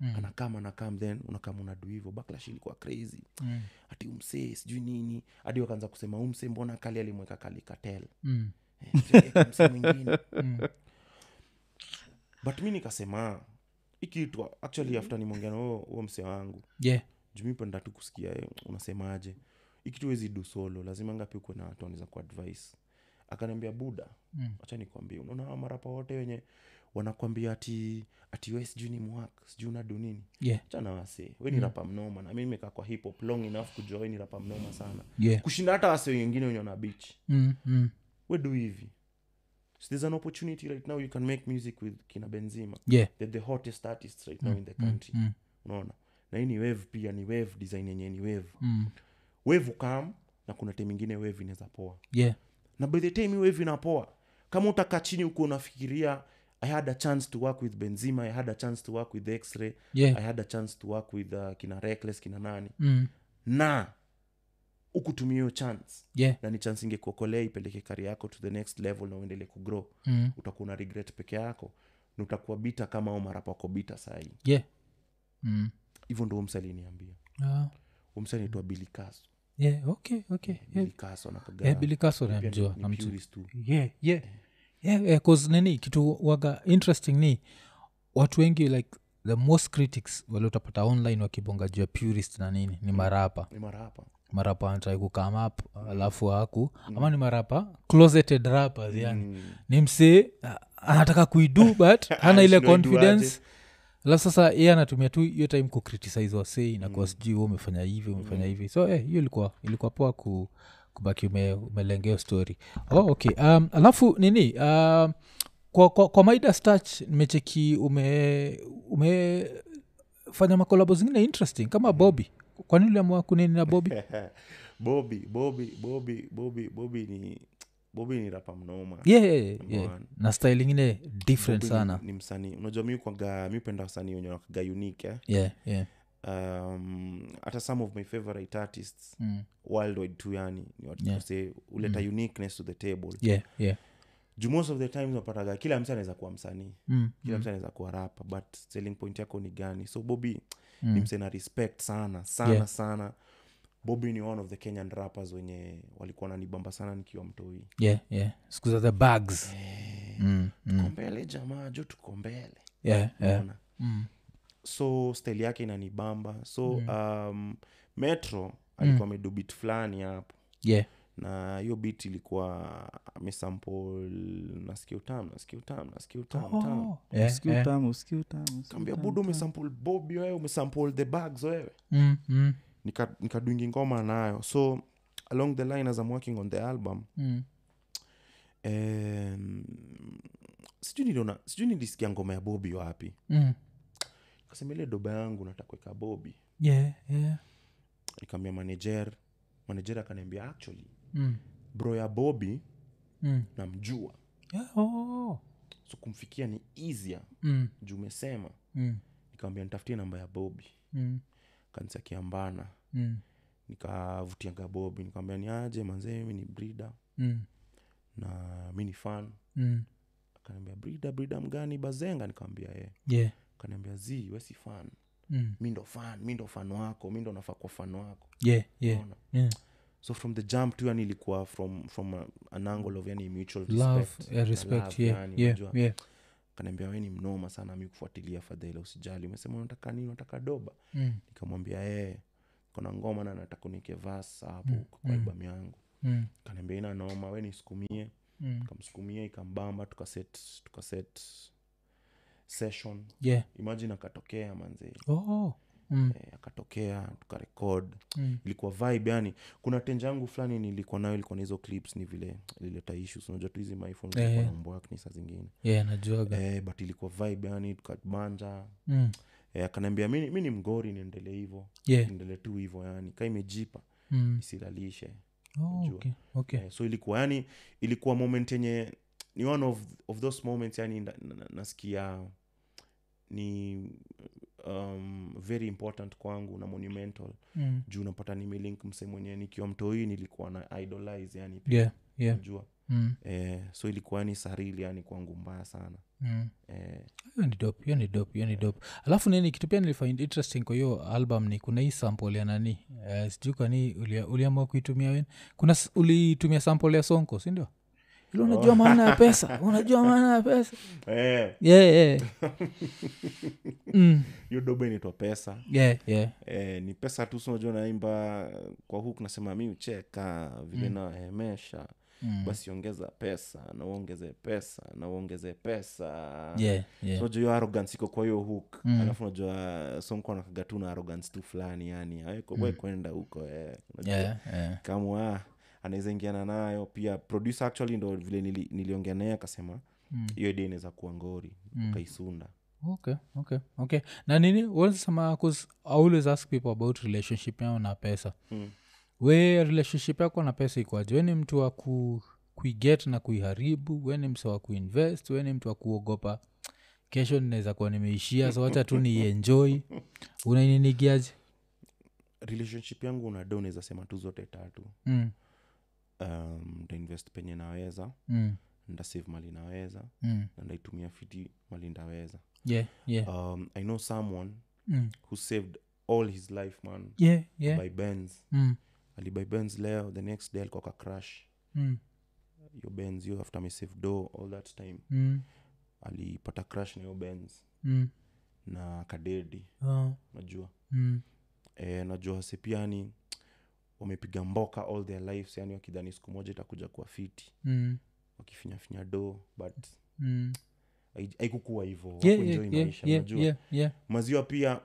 Speaker 3: mm. anakam anakam then unakam unadu hivo backlash ilikuwa crazy
Speaker 1: Mm.
Speaker 3: ati umsee sijui nini hadi wakaanza kusema umsee mbona kali alimweka kali katel
Speaker 1: Mm.
Speaker 3: Eh, sijaweka msee mwingine
Speaker 1: Mm.
Speaker 3: but mi nikasema ikiitwa actually after nimwongea na huo huo msee wangu
Speaker 1: Yeah.
Speaker 3: jumipenda tu kusikia eh, unasemaje ikitu wezi du solo lazima ngapi ukuwe na watu wanaweza kuadvise akaniambia buda
Speaker 1: Mm.
Speaker 3: acha nikwambie unaona hawa marapa wote wenye wanakwambia ati ati we sijui ni mwak sijui unadu nini
Speaker 1: Yeah.
Speaker 3: chana wase we
Speaker 1: Mm.
Speaker 3: ni rapa mnoma na mi nimekaa kwa hip hop long enough kujua we ni rapa mnoma sana
Speaker 1: Yeah.
Speaker 3: kushinda hata wase wengine wenye wana beach
Speaker 1: Mm. Mm.
Speaker 3: we do hivi so there's an opportunity right now you can make music with kina benzima
Speaker 1: Yeah.
Speaker 3: they're the hottest artists right now in the
Speaker 1: Mm.
Speaker 3: country
Speaker 1: Mm.
Speaker 3: unaona na hii ni wave pia ni wave design yenye ni wave
Speaker 1: Mm.
Speaker 3: wave ukam na kuna time ingine wave inaweza poa
Speaker 1: Yeah.
Speaker 3: na by the time hii wave inapoa kama utakaa chini huko unafikiria i had a chance to work with benzima i had a chance to work with x-ray
Speaker 1: Yeah.
Speaker 3: i had a chance to work with uh, kina reckless kina nani
Speaker 1: Mm.
Speaker 3: na ukutumia hiyo chance
Speaker 1: Yeah.
Speaker 3: na ni chance ingekuokolea ipeleke kari yako to the next level na uendelee kugrow
Speaker 1: Mm.
Speaker 3: utakuwa na regret peke yako na utakuwa bita kama au marapa wako bita sahii
Speaker 1: Yeah. Mm.
Speaker 3: hivyo ndo umsaliniambia
Speaker 1: Ah.
Speaker 3: umsalinaitwa bilikaso
Speaker 1: Yeah. Okay. Okay. Yeah.
Speaker 3: bilikaso anakagaa
Speaker 1: Yeah, Billy Castle
Speaker 3: Pia ni-
Speaker 1: namjua
Speaker 3: ni
Speaker 1: namjua
Speaker 3: purist tu
Speaker 1: yeah, yeah. yeah, yeah, 'cause nini kitu waga interesting ni watu wengi like the most critics wale utapata online wakibonga juu ya purist na nini ni marapa
Speaker 3: ni marapa <laughs>
Speaker 1: marapa anatrai kukam up alafu aku ama ni marapa closeted rappers yani ni msee a- anataka kuidu but hana ile
Speaker 3: Sijui aiduaje.
Speaker 1: confidence alafu sasa ye anatumia tu hiyo time kucritisize wasei nakuwa mm. sijui we umefanya hivi umefanya hivi so eh, hiyo ilikuwa ilikuwa poa ku, kubaki ume, umelengeo story oh, okay um, alafu nini um, kwa, kwa, kwa maida stach nimecheki ume umefanya makolabo zingine interesting kama bobi kwanini uliamua kunini na bobi
Speaker 3: bobi bobi bobi bobi bobi ni bobi ni rapa mnoma
Speaker 1: yeah, yeah, yeah.
Speaker 3: Mbona?
Speaker 1: na style ingine different
Speaker 3: Bobi
Speaker 1: sana
Speaker 3: ni, ni msanii unajua mi kwaga mi upenda wasanii wenye wakaga unique eh?
Speaker 1: yeah, yeah.
Speaker 3: um, hata some of my favorite artists
Speaker 1: Mm.
Speaker 3: worldwide tu yani ni watu
Speaker 1: Yeah. Mm.
Speaker 3: wase huleta uniqueness to the table
Speaker 1: yeah, yeah.
Speaker 3: juu most of the times unapataga kila msanii anaweza kuwa msanii
Speaker 1: Mm.
Speaker 3: kila msanii anaweza kuwa rapa but selling point yako ni gani so bobi mm. ni msee na respect sana sana
Speaker 1: Yeah.
Speaker 3: yeah. sana bobi ni one of the kenyan rappers wenye walikuwa nanibamba sana nikiwa mtoi
Speaker 1: yeah, yeah. siku za the bags
Speaker 3: Eh.
Speaker 1: Mm, mm.
Speaker 3: tuko mbele jamaa jo tuko mbele
Speaker 1: Yeah, yeah.
Speaker 3: Unaona? so style yake inanibamba so
Speaker 1: Mm.
Speaker 3: um, metro alikuwa amedu beat fulani hapo
Speaker 1: Yeah,
Speaker 3: na hiyo bit ilikuwa amesample nasikia utam nasikia utam nasikia utam tam
Speaker 1: Oh, yeah,
Speaker 2: Usikie
Speaker 1: yeah.
Speaker 2: utamu, usikie utamu, usikie
Speaker 3: kaambia
Speaker 2: utamu.
Speaker 3: buda umesample bobi wewe umesample the bags wewe
Speaker 1: Mm, mm,
Speaker 3: Nika- nikadwingi ngoma nayo so along the line as I'm working on the album
Speaker 1: mm.
Speaker 3: um, sijui niliona sijui nilisikia ngoma ya bobi wapi
Speaker 1: Mm.
Speaker 3: kasema ile doba yangu nataka kuweka bobi
Speaker 1: Yeah, yeah.
Speaker 3: nikaambia manager manager akaniambia actually
Speaker 1: Mm,
Speaker 3: bro ya bobi
Speaker 1: mm.
Speaker 3: namjua
Speaker 1: Yeah, oh.
Speaker 3: so kumfikia ni easier
Speaker 1: Mm,
Speaker 3: juu umesema
Speaker 1: mm,
Speaker 3: nikamwambia nitafutie namba ya bobi
Speaker 1: mm,
Speaker 3: kanisa kiambana
Speaker 1: mm,
Speaker 3: nikavutiaga bobi nikamwambia ni aje manzee mi ni brida
Speaker 1: mm,
Speaker 3: na mi ni fan
Speaker 1: mm.
Speaker 3: akaniambia brida brida mgani bazenga nikamwambia yee
Speaker 1: Yeah,
Speaker 3: kaniambia z wesi fan
Speaker 1: mm.
Speaker 3: mi ndo fan mi ndo fan wako mi ndo nafaa kuwa fan wako
Speaker 1: Yeah, yeah, Mm.
Speaker 3: Unaona?
Speaker 1: yeah.
Speaker 3: so from the jump tu yani ilikuwa from from a, an angle of yani mutual
Speaker 1: Love,
Speaker 3: respect,
Speaker 1: yeah,
Speaker 3: Na
Speaker 1: respect,
Speaker 3: love,
Speaker 1: yeah,
Speaker 3: yani,
Speaker 1: yeah,
Speaker 3: unajua.
Speaker 1: yeah.
Speaker 3: kaniambia we ni mnoma sana mi kufuatilia fadhela usijali umesema unataka nini unataka doba
Speaker 1: Mm,
Speaker 3: nikamwambia ee kona ngoma na nataka unike vas hapo kwa
Speaker 1: mm.
Speaker 3: albamu yangu
Speaker 1: mm,
Speaker 3: kaniambia ina noma we nisukumie
Speaker 1: mm.
Speaker 3: kamsukumia ikambamba tukaset tukaset session
Speaker 1: Yeah.
Speaker 3: imagine akatokea manzee
Speaker 1: Oh. Mm,
Speaker 3: eh, akatokea tukarekod
Speaker 1: mm.
Speaker 3: ilikuwa vibe yani kuna tenja yangu fulani nilikuwa nayo ilikuwa na hizo clips ni vile ilileta issues unajua tu hizi myphone
Speaker 1: Eh.
Speaker 3: zilikuwa na mambo yake ni saa zingine
Speaker 1: Yeah, najuaga
Speaker 3: eh, but ilikuwa vibe yani tukabanja
Speaker 1: Mm,
Speaker 3: eh, akaniambia mi ni- mi ni mgori niendelee hivo
Speaker 1: yeah,
Speaker 3: niendelee tu hivo yani ka imejipa
Speaker 1: mm.
Speaker 3: isilalishe
Speaker 1: Oh,
Speaker 3: Najua.
Speaker 1: okay, okay.
Speaker 3: eh, so ilikuwa yani ilikuwa moment yenye ni one of, of those moments yani na, na, nasikia ni um, very important kwangu na monumental
Speaker 1: mm.
Speaker 3: juu unapata nimelink mse mwenyewe nikiwa mtoi nilikuwa na idolize yani
Speaker 1: yeah, yeah.
Speaker 3: najua
Speaker 1: Mm,
Speaker 3: eh, so ilikuwa ni sarili yani kwangu mbaya sana
Speaker 1: mm.
Speaker 3: eh,
Speaker 1: hiyo ni dope hiyo ni dope hiyo ni dope alafu nini kitu pia nilifind interesting kwa hiyo album ni kuna hii sample ya nani uh, sijui kwani ulia- uliamua kuitumia wen kuna s- ulitumia sample ya sonko sindio ili unajua maana ya pesa unajua maana ya pesa
Speaker 3: eh,
Speaker 1: yeah, yeah. mm,
Speaker 3: hiyo dobo inaitwa pesa
Speaker 1: yeah, yeah.
Speaker 3: eh, ni pesa tu sinajua naimba kwa huku nasema mi ucheka vile mm. naemesha
Speaker 1: Mm.
Speaker 3: basi ongeza pesa na uongeze pesa na uongeze pesa
Speaker 1: Yeah, Mm. yeah.
Speaker 3: unajua hiyo arrogance iko kwa hiyo hook alafu unajua sonko anakaga tu na arrogance tu fulani yani aweko mm. kwenda huko eh. Unajua,
Speaker 1: yeah, yeah.
Speaker 3: kama ah, anaweza ingiana nayo pia producer actually ndo vile nili, niliongea naye akasema
Speaker 1: Mm.
Speaker 3: hiyo idea inaweza kuwa ngori mm. kaisunda
Speaker 1: okay okay okay na nini wasema cause i always ask people about relationship yao na pesa
Speaker 3: Mm.
Speaker 1: we relationship yako na pesa ikwaje we ni mtu wa ku, kuiget na kuiharibu we ni mse wa kuinvest we ni mtu wa kuogopa kesho ninaweza kuwa nimeishia so wacha tu nienjoi unaininigiaje
Speaker 3: relationship yangu unada unaweza sema tu zote tatu
Speaker 1: mm,
Speaker 3: um, ntainvest penye naweza
Speaker 1: mm,
Speaker 3: ntasave mali naweza
Speaker 1: mm.
Speaker 3: na ndaitumia fiti mali ndaweza
Speaker 1: yeah, yeah,
Speaker 3: um, i know someone
Speaker 1: mm.
Speaker 3: who saved all his life man
Speaker 1: yeah, yeah.
Speaker 3: by bens
Speaker 1: Mm,
Speaker 3: alibuy bens leo the next day alikuwa ka crash
Speaker 1: mm,
Speaker 3: yo bens yo after my save do all that time
Speaker 1: mm,
Speaker 3: alipata crash na yo bens
Speaker 1: mm.
Speaker 3: na kadedi
Speaker 1: Ah,
Speaker 3: najua
Speaker 1: mm,
Speaker 3: e, najua wase pia yani wamepiga mboka all their lives yani wakidhani siku moja itakuja kuwa fiti
Speaker 1: mm,
Speaker 3: wakifinyafinya do but
Speaker 1: mm.
Speaker 3: hai- haikukuwa hivo
Speaker 1: Yeah,
Speaker 3: Hakuenjoy
Speaker 1: yeah, yeah,
Speaker 3: maisha
Speaker 1: yeah,
Speaker 3: unajua
Speaker 1: yeah, yeah.
Speaker 3: maziwa pia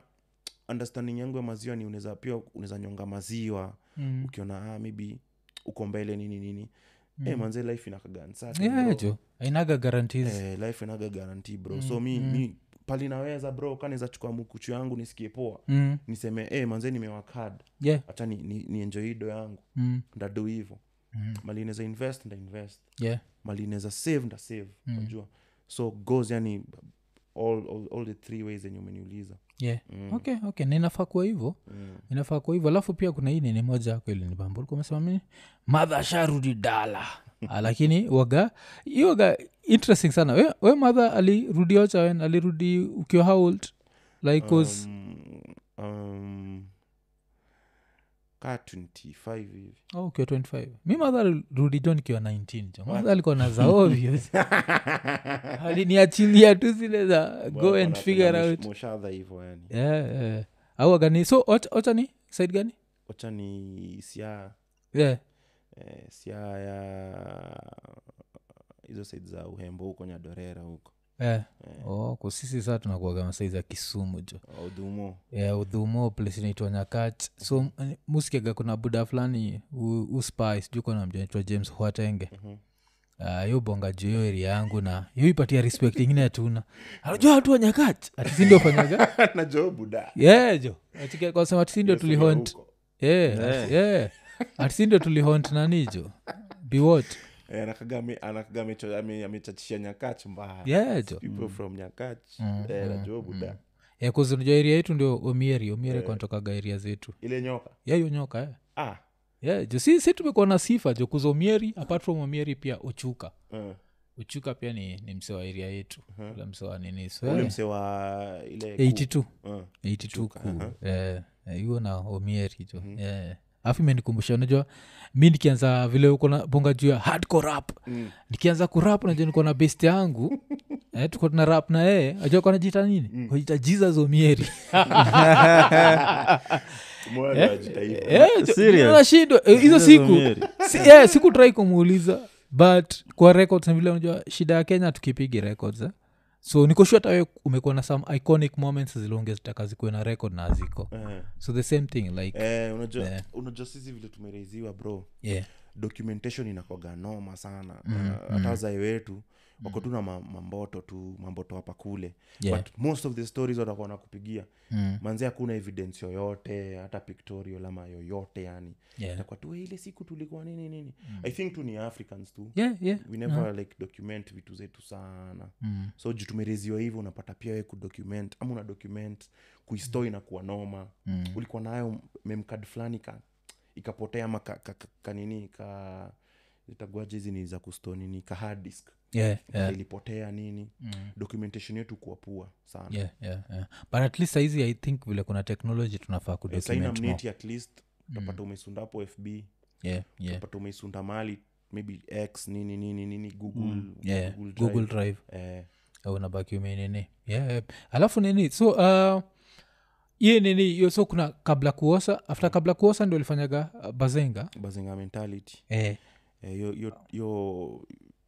Speaker 3: understanding yangu ya maziwa ni unaweza pia unaweza nyonga maziwa
Speaker 1: Mm.
Speaker 3: ukiona ah, maybe uko mbele nini nini mm. e, manze life inakaga uncertain,
Speaker 1: yeah,
Speaker 3: bro.
Speaker 1: jo Mm, ainaga guarantees
Speaker 3: Eh, life inaga guarantee bro so mi, mi pali naweza bro kanaweza chukua mkuchu yangu nisikie poa
Speaker 1: mm,
Speaker 3: niseme e, manze nimewakad
Speaker 1: yeah,
Speaker 3: hacha ni, ni, ni enjoy hii do yangu
Speaker 1: mm,
Speaker 3: ndadu hivo
Speaker 1: Mm.
Speaker 3: mali inaweza invest nda invest
Speaker 1: yeah,
Speaker 3: mali inaweza save nda save
Speaker 1: Mm.
Speaker 3: najua so goes yani all, all, all the three ways enye umeniuliza
Speaker 1: yeah. okay okay ninafaa kuwa hivyo inafaa kuwa hivyo alafu pia kuna hii nini moja yako ilinibambulkumesema mini madha sharudi dala Ah, lakini waga hii waga interesting sana we, we madha alirudi ochawen alirudi ukiwa how old like cause
Speaker 3: um, um, ka 25 hivi
Speaker 1: oh, ukiwa 25 mi madha alirudi jo nikiwa 19 jo madha alikuwa na zaovyo <laughs> aliniachilia tu zile za go and figure out
Speaker 3: moshadha hivo yani
Speaker 1: yeah, yeah. au wagani so ocha, ocha ni side gani
Speaker 3: wacha ni sia
Speaker 1: yeah.
Speaker 3: eh, sia ya eh, hizo said za uhembo huko nyadorera huko
Speaker 1: Yeah. Oh, kwa sisi saa tunakuaga masai za kisumu jo
Speaker 3: <laughs> udhumo
Speaker 1: yeah, udhumo place inaitwa nyakach so m- muskiaga kuna buda fulani u- uspi sijuu kona mja naitwa james huatenge Ah, hiyo bonga juu hiyo eri yangu na hiyo ipatia respect ingine hatuna anajua watu wa nyakach atisindio <laughs> fanyaga
Speaker 3: najobuda
Speaker 1: yeah, jo Atika- kwa sema atisindio tulihont yeah, yeah. atisindio tulihont nani jo <laughs> biwot
Speaker 3: Eh, amechachishia nyakach mbaya
Speaker 1: yeah, Mm. Mm-hmm. jo
Speaker 3: people from nyakach eh, najobuda
Speaker 1: yeah, Eh, 'cause unajua area yetu ndio omieri omieri kwanatokaga area zetu
Speaker 3: ile nyoka
Speaker 1: yayo nyoka yeah.
Speaker 3: ah
Speaker 1: yeah, jo si, si tumekuwa na sifa jo kuzomieri apart from omieri pia ochuka
Speaker 3: eh.
Speaker 1: ochuka pia ni, ni mse wa eria yetu ula mse wa nini so,
Speaker 3: ule
Speaker 1: eh,
Speaker 3: mse wa ile ku-
Speaker 1: 82
Speaker 3: eh.
Speaker 1: 82 ku eh, eh, hiyo na omieri jo yeah afu imenikumbusha unajua mi nikianza vile uko na bonga juu ya hardcore rap nikianza kurap najua niko na best yangu eh, tuko tuna rap na yeye ajua kanajiita nini kanajiita jesus omieri
Speaker 3: Moyo unajita hivyo.
Speaker 1: Eh, jo-
Speaker 2: Serious?
Speaker 1: nashindwa Eh, hizo siku
Speaker 2: Omieri.
Speaker 1: si, eh, sikutrai kumuuliza but kwa records ni vile unajua shida ya kenya tukipigi records eh? so nikoshua tawe umekuwa na some iconic moments zilonge zitaka zikuwe na record na ziko
Speaker 3: Eh.
Speaker 1: so the same thing like Eh.
Speaker 3: Eh, unajua unajua sisi vile tumereiziwa bro
Speaker 1: yeah
Speaker 3: documentation inakwaga noma sana mm, uh, hata wazae wetu wako tu na ma- mamboto tu mamboto hapa kule
Speaker 1: Yeah.
Speaker 3: but most of the stories watakuwa nakupigia mm. manzi hakuna evidence yoyote hata pictorial ama yoyote yani
Speaker 1: Yeah.
Speaker 3: Itakuwa tu "Eh, ile siku tulikuwa nini nini i think tu ni africans tu
Speaker 1: yeah, yeah.
Speaker 3: we never like document vitu zetu sana mm. so juu tumereziwa hivyo unapata pia we kudocument ama una document kuistoi na kuwa noma mm. ulikuwa nayo memkad fulani ka, ikapotea ama ka, ka, ka, ka nini ka itaguaje hizi ni za kusto nini ka hard disk
Speaker 1: Yeah, yeah,
Speaker 3: ilipotea nini mm. documentation yetu kuwa pua sana
Speaker 1: yeah, yeah, yeah. but at least saizi i think vile kuna technology tunafaa
Speaker 3: Eh, saina
Speaker 1: kudocument more. Mm.
Speaker 3: mneti at least utapata umeisunda hapo fb
Speaker 1: yeah, yeah,
Speaker 3: utapata umeisunda mali maybe x nini nini nini google,
Speaker 1: Mm. yeah.
Speaker 3: google, drive.
Speaker 1: google drive
Speaker 3: Eh,
Speaker 1: au unabaki umenini yeah, yeah. alafu nini so uh, ye nini hiyo so kuna kabla kuosa after kabla kuosa ndio ulifanyaga uh, bazenga
Speaker 3: bazinga mentality
Speaker 1: eh,
Speaker 3: Eh, yo, yo, yo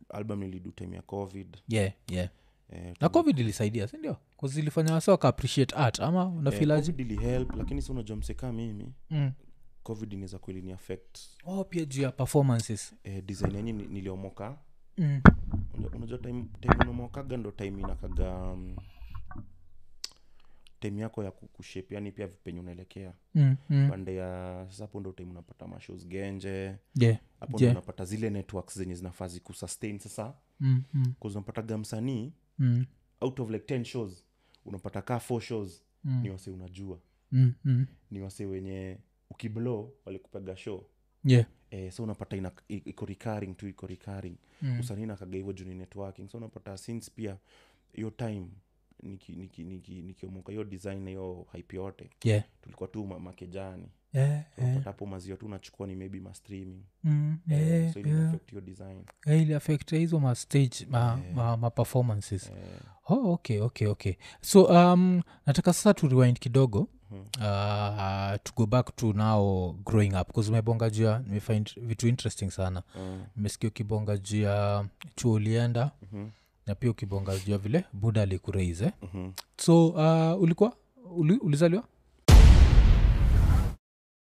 Speaker 3: album ilidu time ya covid
Speaker 1: yeah, yeah.
Speaker 3: eh,
Speaker 1: na covid ilisaidia sindio ilifanya wasa waka appreciate art ama unafilaji
Speaker 3: covid ilihelp lakini si unajua msekaa mimi
Speaker 1: mm.
Speaker 3: covid inaweza kweli ni affect
Speaker 1: oh, pia juu ya performances
Speaker 3: eh, design yenye ni- niliomoka
Speaker 1: mm.
Speaker 3: Unajua- unajua time time unamokaga ndo time inakaga um, time yako ya kukushape yani pia penye unaelekea
Speaker 1: Mm, mm.
Speaker 3: pande ya sasa hapo ndo time unapata mashows genje
Speaker 1: yeah.
Speaker 3: hapo ndo
Speaker 1: Yeah.
Speaker 3: unapata zile networks zenye zinafaa zikusustain sasa
Speaker 1: mm, mm,
Speaker 3: kuzinapataga msanii
Speaker 1: mm,
Speaker 3: out of like 10 shows unapata kaa 4 shows mm. ni wase unajua
Speaker 1: mm, mm.
Speaker 3: ni wase wenye ukiblo walikupaga show
Speaker 1: yeah.
Speaker 3: eh, so unapata ina, i- iko recurring tu iko recurring mm. usanii nakaga hivyo juu ni networking so unapata since pia hiyo time nikiomoka niki, niki, nikiomoka hiyo design na hiyo hype yote
Speaker 1: yeah. Eh.
Speaker 3: tulikuwa tu ma- makejani
Speaker 1: yeah. yeah.
Speaker 3: unapata hapo maziwa tu unachukua ni maybe ma streaming
Speaker 1: mm.
Speaker 3: Eh,
Speaker 1: yeah.
Speaker 3: so ili affect hiyo design
Speaker 1: Eh, ili affect hizo ma stage ma, ma, ma performances
Speaker 3: Eh,
Speaker 1: oh, okay okay okay so um, nataka sasa tu rewind kidogo Uh, to go back to now growing up bcause umebonga juu ya nimefind vitu interesting sana
Speaker 3: Mm.
Speaker 1: nimesikia ukibonga juu ya chuo ulienda
Speaker 3: Mhm.
Speaker 1: na pia ukibonga juu ya vile buda alikureize
Speaker 3: Mhm.
Speaker 1: so uh, ulikuwa uli, ulizaliwa